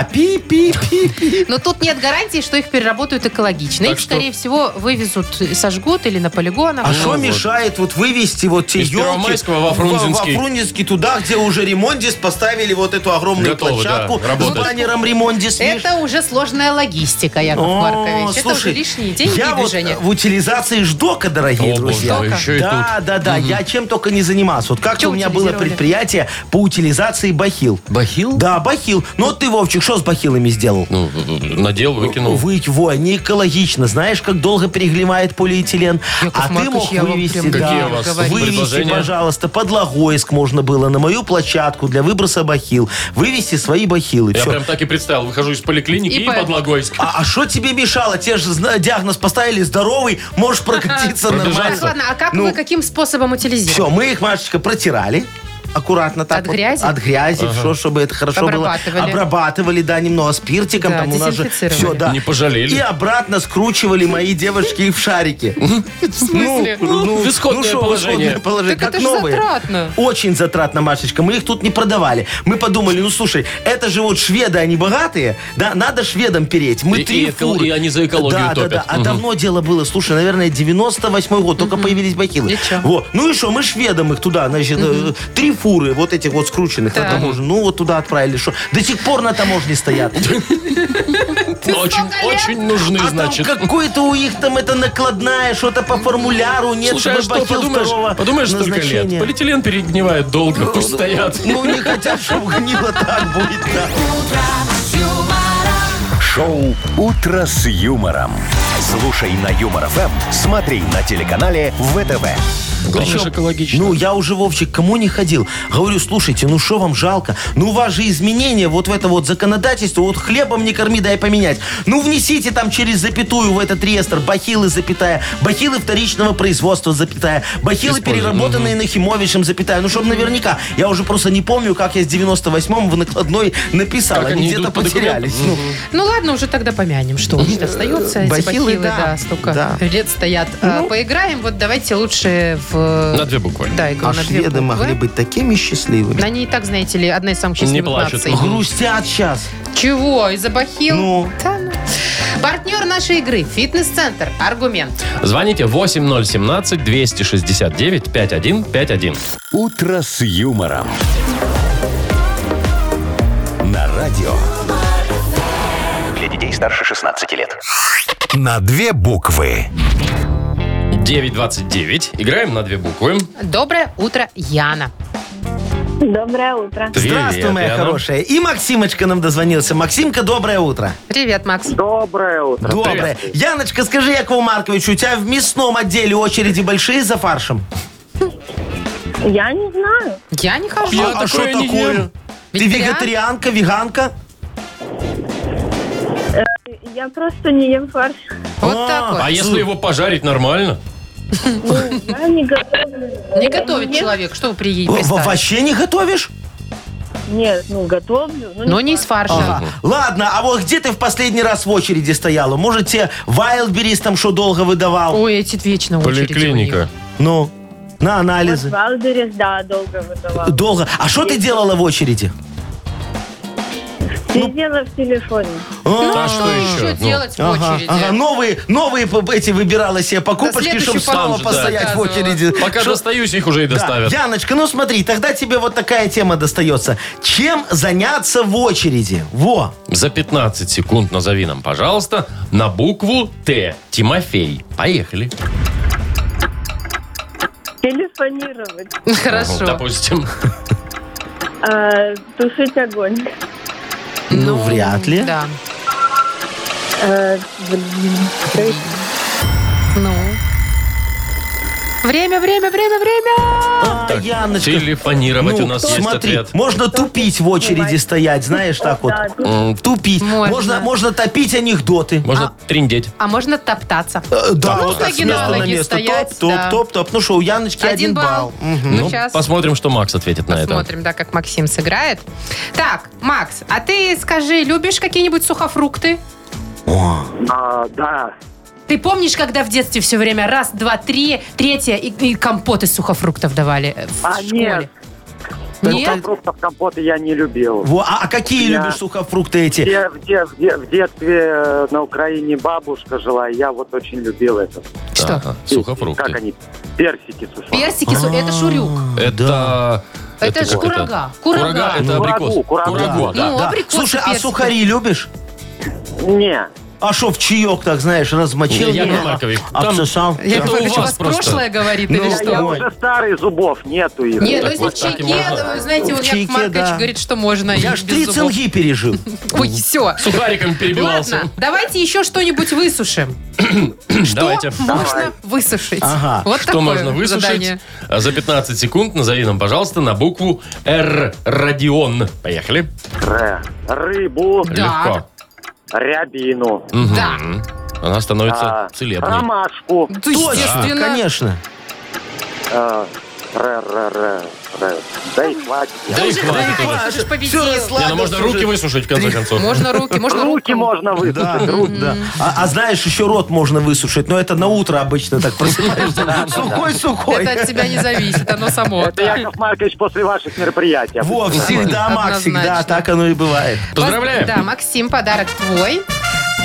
Speaker 4: пи-пи-пи-пи.
Speaker 3: Но тут нет гарантии, что их переработают экологично.
Speaker 2: Так
Speaker 3: их,
Speaker 2: что-
Speaker 3: скорее всего, вывезут, и сожгут или на полигонах.
Speaker 4: А что мешает вот вывести вот те
Speaker 2: Ну Из
Speaker 4: елки
Speaker 2: Первомайского во Фрунзенский.
Speaker 4: туда, где уже ремонтис поставили вот эту огромную
Speaker 2: Готово, да,
Speaker 4: площадку с
Speaker 2: работает.
Speaker 4: баннером ремонтис. видишь?
Speaker 3: Это уже сложная логистика, Яков
Speaker 4: О,
Speaker 3: Маркович. Это уже
Speaker 4: слушай,
Speaker 3: лишние деньги и
Speaker 4: я вот э,
Speaker 3: движения.
Speaker 4: в утилизации ждока, дорогие
Speaker 2: О, боже,
Speaker 4: друзжа.
Speaker 2: а еще и
Speaker 4: Да, да, да, я чем только не занимался. Вот как-то
Speaker 3: Чё
Speaker 4: у меня было
Speaker 3: утилизировали?
Speaker 4: предприятие по утилизации бахил.
Speaker 2: Бахил?
Speaker 4: Да, бахил. Но ты, Вовчик, что с бахилами сделал?
Speaker 2: Ну, надел, выкинул.
Speaker 4: Вы, во, не экологично. Знаешь, как долго перегревает полиэтилен?
Speaker 3: Яков
Speaker 4: а ты
Speaker 3: Маркович,
Speaker 4: мог
Speaker 3: я вам
Speaker 4: вывести,
Speaker 3: прям
Speaker 4: да,
Speaker 2: Какие у вас говорю.
Speaker 4: вывести,
Speaker 2: предложения?
Speaker 4: пожалуйста, под Логойск можно было на мою площадку для выброса бахил. Вывести свои бахилы.
Speaker 2: Я
Speaker 4: Всё.
Speaker 2: прям так и представил. Выхожу из поликлиники
Speaker 3: И
Speaker 2: и,
Speaker 3: по-
Speaker 2: под Логойск.
Speaker 4: А что тебе мешало? Тебе же зна- диагноз поставили здоровый, можешь прокатиться
Speaker 2: Пробежаться.
Speaker 3: Так,
Speaker 4: нормально.
Speaker 3: ладно, а как
Speaker 4: Ну.
Speaker 3: вы, каким способом утилизировали?
Speaker 4: Все, мы их, Машечка, протирали. Аккуратно так
Speaker 3: От
Speaker 4: вот.
Speaker 3: грязи?
Speaker 4: От грязи, всё, чтобы это хорошо было.
Speaker 3: Обрабатывали.
Speaker 4: Обрабатывали, да, немного спиртиком.
Speaker 3: Да,
Speaker 4: там у нас же
Speaker 3: дезинфицировали.
Speaker 4: все, да.
Speaker 2: Не пожалели.
Speaker 4: И обратно скручивали мои девушки их в шарики. Ну,
Speaker 3: В смысле?
Speaker 2: в исходное
Speaker 4: шо, в
Speaker 2: положение.
Speaker 4: исходное положение,
Speaker 3: Так
Speaker 4: как
Speaker 3: это же
Speaker 4: новые.
Speaker 3: затратно.
Speaker 4: Очень затратно, Машечка. Мы их тут не продавали. Мы подумали, ну слушай, это же вот шведы, они богатые, да, надо шведам переть. Мы
Speaker 2: И-
Speaker 4: три
Speaker 2: и эко-
Speaker 4: фуры.
Speaker 2: и они за экологию
Speaker 4: да,
Speaker 2: топят.
Speaker 4: Да, да, А
Speaker 2: Мгм.
Speaker 4: давно дело было, слушай, наверное, 98-й год, только появились бахилы.
Speaker 3: И чё?
Speaker 4: Вот. Ну и что, мы шведам их туда, значит, э, три фуры вот этих вот скрученных на
Speaker 3: Так.
Speaker 4: таможне, ну вот туда отправили, что до сих пор на таможне стоят.
Speaker 2: Очень, очень нужны,
Speaker 4: А там
Speaker 2: значит.
Speaker 4: какой-то у них там это накладная, что-то по формуляру, нет,
Speaker 2: Слушай, а
Speaker 4: чтобы
Speaker 2: что,
Speaker 4: бахил второго
Speaker 2: подумаешь, подумаешь столько лет.
Speaker 4: назначения.
Speaker 2: Полиэтилен перегнивает долго, пусть стоят.
Speaker 4: Ну, не хотят, чтобы гнило так будет, да.
Speaker 1: Шоу «Утро с юмором». Слушай на Юмор ФМ, смотри на телеканале ВТВ.
Speaker 2: Главное же экологично.
Speaker 4: Ну, я уже, Вовчик, кому не ходил. Говорю, слушайте, ну что вам жалко? Ну, у вас же изменения вот в это вот законодательство, вот хлебом не корми, дай поменять. Ну, внесите там через запятую в этот реестр бахилы, запятая, бахилы вторичного производства, запятая, бахилы,
Speaker 2: Используем,
Speaker 4: переработанные Нахимовичем, запятая. Ну, чтобы наверняка. Я уже просто не помню, как я с 98-м в накладной написал.
Speaker 2: Как
Speaker 4: они
Speaker 2: они
Speaker 4: где-то
Speaker 2: идут по документам?
Speaker 4: потерялись. Ну,
Speaker 3: Ну ладно, уже тогда помянем, что у них остается. Эти
Speaker 4: бахилы,
Speaker 3: бахилы,
Speaker 4: да.
Speaker 3: да, столько
Speaker 4: Да. Ну.
Speaker 3: лет стоят. А, Поиграем, вот давайте лучше в...
Speaker 2: На две буквы.
Speaker 3: Да, игру
Speaker 4: а
Speaker 3: на две
Speaker 4: шведы
Speaker 3: буквы.
Speaker 4: могли быть такими счастливыми.
Speaker 3: Они и так, знаете ли, одна из самых счастливых
Speaker 2: плачут. ну.
Speaker 3: наций.
Speaker 2: Мгм.
Speaker 4: Грустят сейчас.
Speaker 3: Чего? Из-за бахил?
Speaker 4: Ну.
Speaker 3: Да ну. Партнер нашей игры – фитнес-центр «Аргумент».
Speaker 2: Звоните 8017-269-5151.
Speaker 1: «Утро с юмором». На радио.
Speaker 5: Для детей старше 16 лет.
Speaker 1: На две буквы.
Speaker 2: 929. Играем на две буквы.
Speaker 3: Доброе утро, Яна.
Speaker 8: Доброе утро.
Speaker 2: Привет,
Speaker 4: Здравствуй, моя
Speaker 2: Яна.
Speaker 4: хорошая. И Максимочка нам дозвонился. Максимка, доброе утро.
Speaker 3: Привет, Макс.
Speaker 7: Доброе утро.
Speaker 4: Доброе. Яночка, скажи, Якову Марковичу, у тебя в мясном отделе очереди большие за фаршем?
Speaker 8: Я не знаю.
Speaker 3: Я не хожу.
Speaker 2: Я такое
Speaker 4: что
Speaker 2: не ем.
Speaker 4: Ты
Speaker 3: Вегетариан?
Speaker 4: вегетарианка, веганка?
Speaker 8: Я просто не ем фарш.
Speaker 3: Вот так вот.
Speaker 2: А если его пожарить нормально?
Speaker 8: Ну, да, не готовлю.
Speaker 3: Не готовит человек, что вы при
Speaker 4: Во- во- Вообще не готовишь?
Speaker 8: Нет, ну, готовлю.
Speaker 3: Но не из фарша.
Speaker 4: Ага. Ладно, а вот где ты в последний раз в очереди стояла? Может, тебе Wildberries там что долго выдавал?
Speaker 3: Ой, эти вечно очереди у них.
Speaker 2: Поликлиника.
Speaker 4: Ну, на
Speaker 8: фарш.
Speaker 4: анализы.
Speaker 8: Валдерис, да, долго выдавал.
Speaker 4: Долго. А что ты делала в очереди?
Speaker 8: Сидела в телефоне.
Speaker 2: А что
Speaker 3: Что
Speaker 2: еще? Ну,
Speaker 3: делать в
Speaker 4: Ага,
Speaker 3: очереди?
Speaker 4: ага, новые, новые п- эти выбирала себе покупочки,
Speaker 3: следующую
Speaker 4: чтобы
Speaker 2: покупку
Speaker 4: снова постоять в
Speaker 3: заказывала.
Speaker 4: очереди.
Speaker 2: Пока
Speaker 4: Что-
Speaker 2: достаюсь, их уже и
Speaker 4: Да,
Speaker 2: доставят.
Speaker 4: Яночка, ну смотри, тогда тебе вот такая тема достается. Чем заняться в очереди? Во!
Speaker 2: За 15 секунд назови нам, пожалуйста, на букву Т. Тимофей. Поехали.
Speaker 8: Телефонировать.
Speaker 2: Ну,
Speaker 3: Хорошо.
Speaker 2: допустим.
Speaker 8: А, тушить огонь.
Speaker 4: Ну, вряд ли.
Speaker 3: Да.
Speaker 8: А, блин, то есть
Speaker 3: Ну. Время, время, время, время.
Speaker 4: А, Яночка.
Speaker 2: Телефонировать у нас есть
Speaker 4: Ну, смотри,
Speaker 2: ответ.
Speaker 4: можно тупить в очереди
Speaker 8: Давай.
Speaker 4: стоять, знаешь, так вот.
Speaker 8: да, тут
Speaker 2: М,
Speaker 4: Тупить.
Speaker 3: Можно.
Speaker 4: Можно, можно топить анекдоты.
Speaker 2: Можно триндеть.
Speaker 3: А можно топтаться.
Speaker 4: Э, Да,
Speaker 3: Ну,
Speaker 4: вот так, с
Speaker 3: ноги на
Speaker 4: места на
Speaker 3: ноги
Speaker 4: место.
Speaker 3: стоять,
Speaker 4: топ, топ,
Speaker 3: да.
Speaker 4: топ, топ. Ну что, у Яночки
Speaker 3: Один
Speaker 4: один балл.
Speaker 3: балл.
Speaker 4: Мгм.
Speaker 2: Ну,
Speaker 3: щас.
Speaker 2: посмотрим, что Макс ответит на это.
Speaker 3: Смотрим, да, как Максим сыграет. Так, Макс, а ты скажи, любишь какие-нибудь сухофрукты?
Speaker 7: А, да,
Speaker 3: Ты помнишь, когда в детстве все время раз, два, три, третье и, и компот из сухофруктов давали э, в
Speaker 7: А,
Speaker 3: школе?
Speaker 7: нет.
Speaker 3: Нет?
Speaker 7: фруктов компоты я не любил.
Speaker 4: Во, а, а какие
Speaker 7: Я-
Speaker 4: любишь сухофрукты эти?
Speaker 7: Я в, де- в де- в детстве э, на Украине бабушка жила, и я вот очень любил это.
Speaker 3: Что?
Speaker 2: Ага,
Speaker 7: Как
Speaker 2: Сухофрукты.
Speaker 7: они? Персики с усами.
Speaker 3: Персики, су- это шурюк.
Speaker 4: Да.
Speaker 2: А, Это...
Speaker 3: Это ж
Speaker 2: как
Speaker 3: курага. Курага.
Speaker 2: это
Speaker 7: Ну, Курагу,
Speaker 2: абрикос.
Speaker 7: курагу.
Speaker 2: Курагу, да.
Speaker 3: Ну,
Speaker 4: Да.
Speaker 3: абрикосы,
Speaker 4: Слушай, а
Speaker 3: персики.
Speaker 4: сухари любишь?
Speaker 7: Не,
Speaker 4: А что, в чаек, так знаешь, размочил?
Speaker 2: Яков
Speaker 4: его,
Speaker 2: Маркович, там-
Speaker 4: Обсосал.
Speaker 2: Это
Speaker 3: Яков
Speaker 2: у
Speaker 3: Маркович, у
Speaker 2: вас
Speaker 3: вас
Speaker 2: просто.
Speaker 3: прошлое говорит
Speaker 4: Ну,
Speaker 3: или
Speaker 4: да.
Speaker 3: что?
Speaker 7: я
Speaker 4: Ой.
Speaker 7: уже старый, зубов нету их.
Speaker 3: Нет, ну
Speaker 2: Так
Speaker 3: если
Speaker 2: вот
Speaker 3: в
Speaker 2: так и
Speaker 3: чайке,
Speaker 2: можно.
Speaker 3: вы знаете,
Speaker 4: В
Speaker 3: вот Яков
Speaker 4: чайке,
Speaker 3: Маркович
Speaker 4: да.
Speaker 3: говорит, что можно
Speaker 4: Я
Speaker 3: и
Speaker 4: ж
Speaker 3: без
Speaker 4: три
Speaker 3: зубов.
Speaker 4: цинги пережил.
Speaker 3: Ой, все.
Speaker 2: Сухариком перебивался.
Speaker 3: Ладно, давайте еще что-нибудь высушим.
Speaker 2: Давайте.
Speaker 3: Что можно высушить?
Speaker 4: Ага.
Speaker 3: Вот
Speaker 2: Что
Speaker 3: такое
Speaker 2: можно высушить?
Speaker 3: задание.
Speaker 2: А За 15 секунд назови нам, пожалуйста, на букву Р. Родион. Поехали.
Speaker 7: Р. Рыбу,
Speaker 3: Да.
Speaker 2: Легко.
Speaker 7: рябину,
Speaker 2: Мгм.
Speaker 3: Да.
Speaker 2: Она становится
Speaker 7: а,
Speaker 2: целебной.
Speaker 7: ромашку.
Speaker 3: Ну,
Speaker 4: Точно,
Speaker 3: естественно.
Speaker 4: конечно.
Speaker 7: а, р- р- р- р. Да и хватит.
Speaker 2: Да и
Speaker 3: Уже
Speaker 2: хватит
Speaker 3: ты
Speaker 2: уже.
Speaker 3: хочешь, победил.
Speaker 4: Всё,
Speaker 2: Не, ну
Speaker 4: расслабился
Speaker 2: можно
Speaker 4: уже.
Speaker 2: руки высушить, в конце концов.
Speaker 3: Можно руки, можно
Speaker 7: Руки можно
Speaker 4: Да,
Speaker 7: высушить.
Speaker 4: грудь, да. А, а знаешь, еще рот можно высушить, но это на утро обычно так просыпаешься. Сухой, сухой.
Speaker 3: Это от тебя не зависит, оно само.
Speaker 7: Это Яков Маркович после ваших мероприятий.
Speaker 4: Во, всегда, Макс, всегда
Speaker 3: Однозначно.
Speaker 4: так оно и бывает.
Speaker 2: Поздравляем.
Speaker 3: Да, Максим, подарок твой.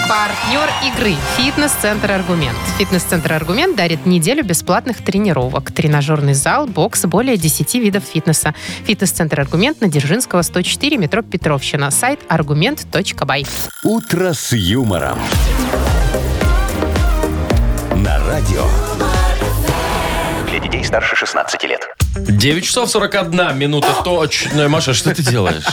Speaker 3: Партнер игры «Фитнес-центр Аргумент». «Фитнес-центр Аргумент» дарит неделю бесплатных тренировок. Тренажерный зал, бокс, более 10 видов фитнеса. «Фитнес-центр Аргумент» на Дзержинского, 104, метро Петровщина. Сайт аргумент.бай.
Speaker 1: «Утро с юмором». На радио.
Speaker 5: Для детей старше 16 лет.
Speaker 2: 9 часов 41 минута точно. Маша, что ты делаешь?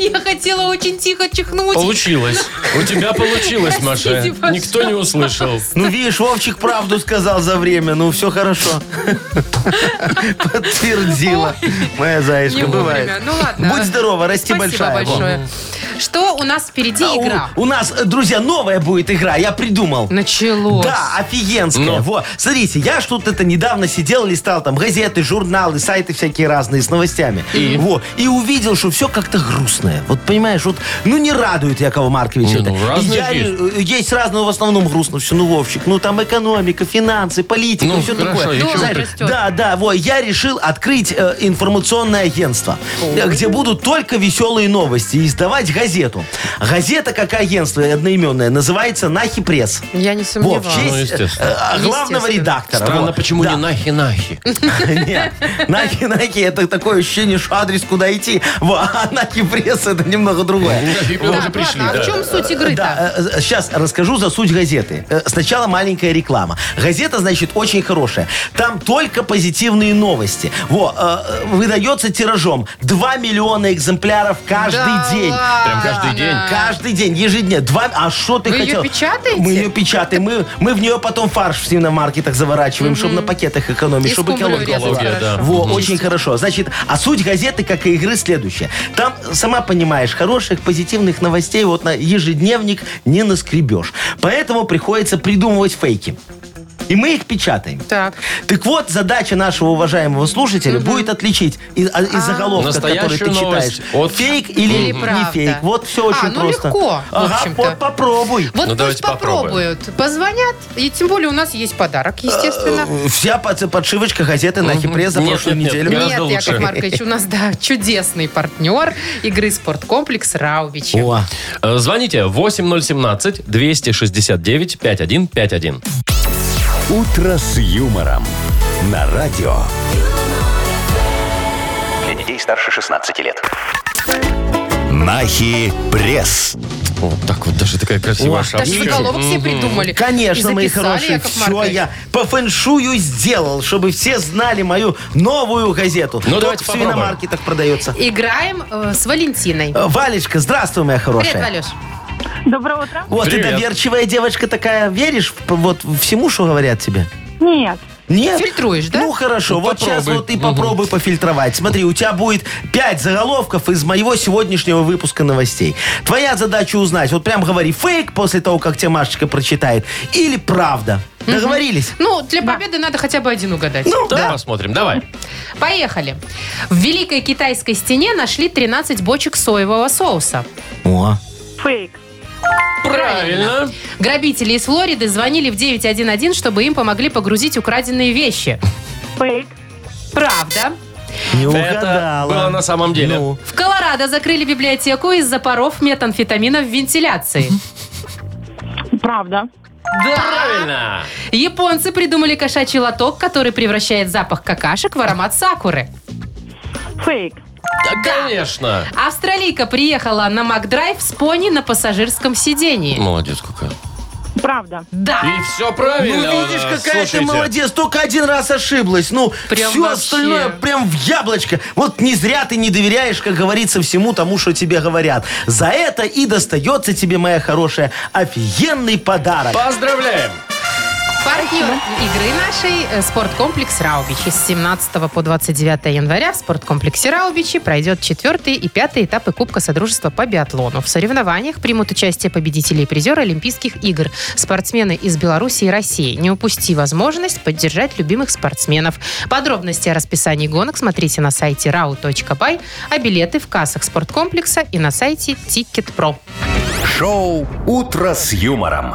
Speaker 3: Я хотела очень тихо чихнуть.
Speaker 2: Получилось. У тебя получилось, Маша.
Speaker 3: Простите, пожалуйста.
Speaker 2: Никто не услышал.
Speaker 4: Ну, видишь, Вовчик правду сказал за время. Ну, все хорошо. Подтвердила. Моя
Speaker 3: Не
Speaker 4: зайчка,
Speaker 3: вовремя.
Speaker 4: бывает.
Speaker 3: Ну ладно.
Speaker 4: Будь здорова, расти
Speaker 3: Спасибо
Speaker 4: большая. Во.
Speaker 3: большое. Что у нас впереди
Speaker 4: А у-
Speaker 3: игра?
Speaker 4: У нас, э, друзья, новая будет игра. Я придумал.
Speaker 3: Началось.
Speaker 4: Да, офигенская.
Speaker 2: Ну.
Speaker 4: Во. Смотрите, я ж тут это недавно сидел, листал там газеты, журналы, сайты всякие разные с новостями. И, Во. и увидел, что все как-то грустное. Вот понимаешь, вот, ну не радует Якова Марковича
Speaker 2: Не,
Speaker 4: это.
Speaker 2: ну,
Speaker 4: И
Speaker 2: разное
Speaker 4: я,
Speaker 2: есть.
Speaker 4: э, есть разное, но в основном грустно все. Ну, Вовчик, ну там экономика, финансы, политика,
Speaker 2: Ну,
Speaker 4: все
Speaker 2: хорошо,
Speaker 4: такое.
Speaker 2: и чего
Speaker 4: Знаешь,
Speaker 3: ты? растет.
Speaker 4: да, А, да, во, я решил открыть э, информационное агентство, э, где будут только веселые новости и издавать газету. Газета, как агентство одноименное, называется «Нахи пресс».
Speaker 3: Я не
Speaker 4: Во, в
Speaker 3: сомневаюсь.
Speaker 2: Ну,
Speaker 4: честь
Speaker 2: естественно.
Speaker 4: э, э, главного
Speaker 3: Естественно.
Speaker 4: редактора.
Speaker 2: Странно,
Speaker 4: Во.
Speaker 2: почему
Speaker 4: Да.
Speaker 2: не нахи-нахи?
Speaker 4: Нет, Наки, Наки, это такое ощущение, что адрес куда идти. Во, А Наки пресс это немного другое.
Speaker 2: Мы уже пришли.
Speaker 3: ладно, а в чем суть игры-то?
Speaker 4: Да, э, сейчас расскажу за суть газеты. Э, Сначала маленькая реклама. Газета, значит, очень хорошая. Там только позитивные новости. Во, э, э, выдается тиражом 2 миллиона экземпляров каждый
Speaker 3: Да
Speaker 4: день.
Speaker 3: ладно.
Speaker 2: Прям каждый день.
Speaker 4: Каждый день, ежедневно. Два... А что ты
Speaker 3: Вы ее
Speaker 4: хотел?
Speaker 3: печатаете?
Speaker 4: Мы ее печатаем. Мы, мы в нее потом фарш в свиномаркетах заворачиваем, чтобы на пакетах экономить,
Speaker 3: И
Speaker 4: чтобы
Speaker 3: скумбрию
Speaker 4: экология была.
Speaker 3: резать
Speaker 2: Экология, да.
Speaker 4: Во, очень хорошо. Значит, а суть газеты, как и игры, следующая. Там, сама понимаешь, хороших, позитивных новостей вот на ежедневник не наскребешь. Поэтому приходится придумывать фейки. И мы их печатаем.
Speaker 3: Так.
Speaker 4: Так вот, задача нашего уважаемого слушателя будет отличить и- а- из, заголовка, который
Speaker 2: Настоящую
Speaker 4: ты
Speaker 2: новость
Speaker 4: читаешь,
Speaker 2: от-
Speaker 4: фейк или,
Speaker 3: Или
Speaker 4: не
Speaker 3: правда.
Speaker 4: фейк. Вот все
Speaker 3: А,
Speaker 4: очень
Speaker 3: ну
Speaker 4: просто.
Speaker 3: легко, в
Speaker 4: ага,
Speaker 3: общем-то.
Speaker 4: вот попробуй.
Speaker 3: Вот
Speaker 2: Ну,
Speaker 3: пусть
Speaker 2: давайте попробуем.
Speaker 3: попробуют. Позвонят. И тем более у нас есть подарок, естественно.
Speaker 4: Вся под- подшивочка газеты на Хипре за
Speaker 2: Нет,
Speaker 4: прошлую
Speaker 2: нет, нет.
Speaker 4: неделю.
Speaker 2: Гораздо
Speaker 3: Нет,
Speaker 2: лучше.
Speaker 3: Яков Маркович, у нас, да, чудесный партнер игры «Спорткомплекс Раубичи».
Speaker 4: О,
Speaker 2: Э, Звоните 8017-269-5151.
Speaker 1: «Утро с юмором» на радио.
Speaker 5: Для детей старше 16 лет.
Speaker 1: Нахи пресс.
Speaker 2: Вот так вот, даже такая красивая
Speaker 4: О,
Speaker 3: Даже заголовок все придумали.
Speaker 4: Конечно,
Speaker 3: И
Speaker 4: мои
Speaker 3: записали,
Speaker 4: хорошие,
Speaker 3: Яков
Speaker 4: все
Speaker 3: Маркович.
Speaker 4: я по фэншую сделал, чтобы все знали мою новую газету.
Speaker 2: Ну,
Speaker 4: Только
Speaker 2: давайте
Speaker 4: в
Speaker 2: попробуем.
Speaker 4: свиномаркетах продается.
Speaker 3: Играем э, с Валентиной.
Speaker 4: Э, Валечка, здравствуй, моя хорошая.
Speaker 3: Привет, Валюш.
Speaker 8: Доброе утро.
Speaker 4: Вот, ты
Speaker 2: Привет.
Speaker 4: доверчивая девочка такая, веришь в- вот всему, что говорят тебе?
Speaker 8: Нет.
Speaker 4: Нет?
Speaker 3: Фильтруешь, да?
Speaker 4: Ну хорошо,
Speaker 2: Ну,
Speaker 4: вот сейчас
Speaker 2: попробуй.
Speaker 4: вот и попробуй пофильтровать. Смотри, у тебя будет 5 заголовков из моего сегодняшнего выпуска новостей. Твоя задача узнать, вот прям говори фейк после того, как тебя Машечка прочитает, или правда. Договорились?
Speaker 3: Ну, для победы надо хотя бы один угадать.
Speaker 4: Ну,
Speaker 2: Давай посмотрим, давай.
Speaker 3: Поехали. В Великой Китайской стене нашли 13 бочек соевого соуса.
Speaker 4: О.
Speaker 8: Фейк.
Speaker 2: Правильно.
Speaker 3: Грабители из Флориды звонили в 911, чтобы им помогли погрузить украденные вещи.
Speaker 8: Фейк.
Speaker 3: Правда.
Speaker 4: Не
Speaker 2: Это
Speaker 4: угадала.
Speaker 2: было на самом деле.
Speaker 4: Ну,
Speaker 3: В Колорадо закрыли библиотеку из-за паров метамфетамина в вентиляции.
Speaker 8: Правда.
Speaker 2: Правильно.
Speaker 3: Японцы придумали кошачий лоток, который превращает запах какашек в аромат сакуры.
Speaker 8: Фейк.
Speaker 2: Да, конечно.
Speaker 3: Австралийка приехала на Макдрайв с пони на пассажирском сидении.
Speaker 2: Молодец какая.
Speaker 8: Правда.
Speaker 3: Да.
Speaker 2: И все правильно.
Speaker 4: Ну, видишь,
Speaker 2: у нас.
Speaker 4: какая
Speaker 2: Слушайте.
Speaker 4: ты молодец. Только один раз ошиблась. Ну,
Speaker 3: Прям
Speaker 4: все
Speaker 3: вообще.
Speaker 4: остальное прям в яблочко. Вот не зря ты не доверяешь, как говорится, всему тому, что тебе говорят. За это и достается тебе, моя хорошая, офигенный подарок.
Speaker 2: Поздравляем.
Speaker 3: Партнер игры нашей э, спорткомплекс Раубичи. С 17 по 29 января в спорткомплексе Раубичи пройдет четвертый и пятый этапы Кубка Содружества по биатлону. В соревнованиях примут участие победители и призеры Олимпийских игр, спортсмены из Беларуси и России. Не упусти возможность поддержать любимых спортсменов. Подробности о расписании гонок смотрите на сайте rau.by, а билеты в кассах спорткомплекса и на сайте Ticket.pro.
Speaker 1: Шоу «Утро с юмором».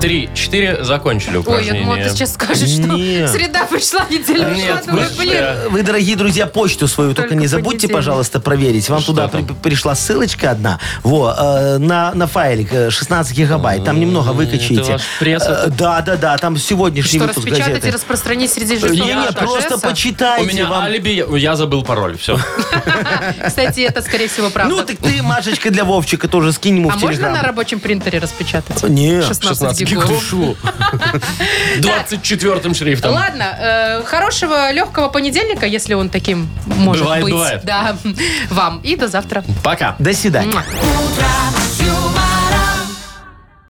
Speaker 2: 3-4 закончили
Speaker 3: Ой, я
Speaker 2: упражнение.
Speaker 3: думала, ты сейчас скажешь, что
Speaker 4: Нет.
Speaker 3: среда пришла, неделя
Speaker 2: Нет,
Speaker 3: ушла. Думаю,
Speaker 2: мы-
Speaker 3: блин,
Speaker 4: Вы, дорогие друзья, почту свою только,
Speaker 3: Только
Speaker 4: не забудьте,
Speaker 3: понедельник.
Speaker 4: пожалуйста, проверить. Вам туда
Speaker 2: там?
Speaker 4: при- пришла ссылочка одна во, э, на, на файлик э, 16 гигабайт. Там немного
Speaker 2: это
Speaker 4: выкачайте.
Speaker 2: ваш пресс
Speaker 4: Э,
Speaker 2: этот?
Speaker 4: да, да, да, там сегодняшний
Speaker 3: Что,
Speaker 4: выпуск
Speaker 3: распечатать
Speaker 4: газеты.
Speaker 3: и распространить среди
Speaker 4: Э,
Speaker 3: жильцов?
Speaker 4: не, не, просто почитайте
Speaker 2: У меня
Speaker 4: вам.
Speaker 2: алиби, я- я забыл пароль, все.
Speaker 3: Кстати, это, скорее всего, правда.
Speaker 4: Ну, так ты, Машечка, для Вовчика тоже скинь ему
Speaker 3: а
Speaker 4: в
Speaker 3: можно
Speaker 4: телеграм.
Speaker 3: на рабочем принтере распечатать?
Speaker 4: Не,
Speaker 3: 16, гигов.
Speaker 2: 24 шрифтом.
Speaker 3: Ладно, э, хорошего легкого понедельника, если он таким может
Speaker 2: Бывает,
Speaker 3: быть.
Speaker 2: бывает.
Speaker 3: Да, вам. И до завтра.
Speaker 2: Пока.
Speaker 4: До свидания.
Speaker 3: Муа.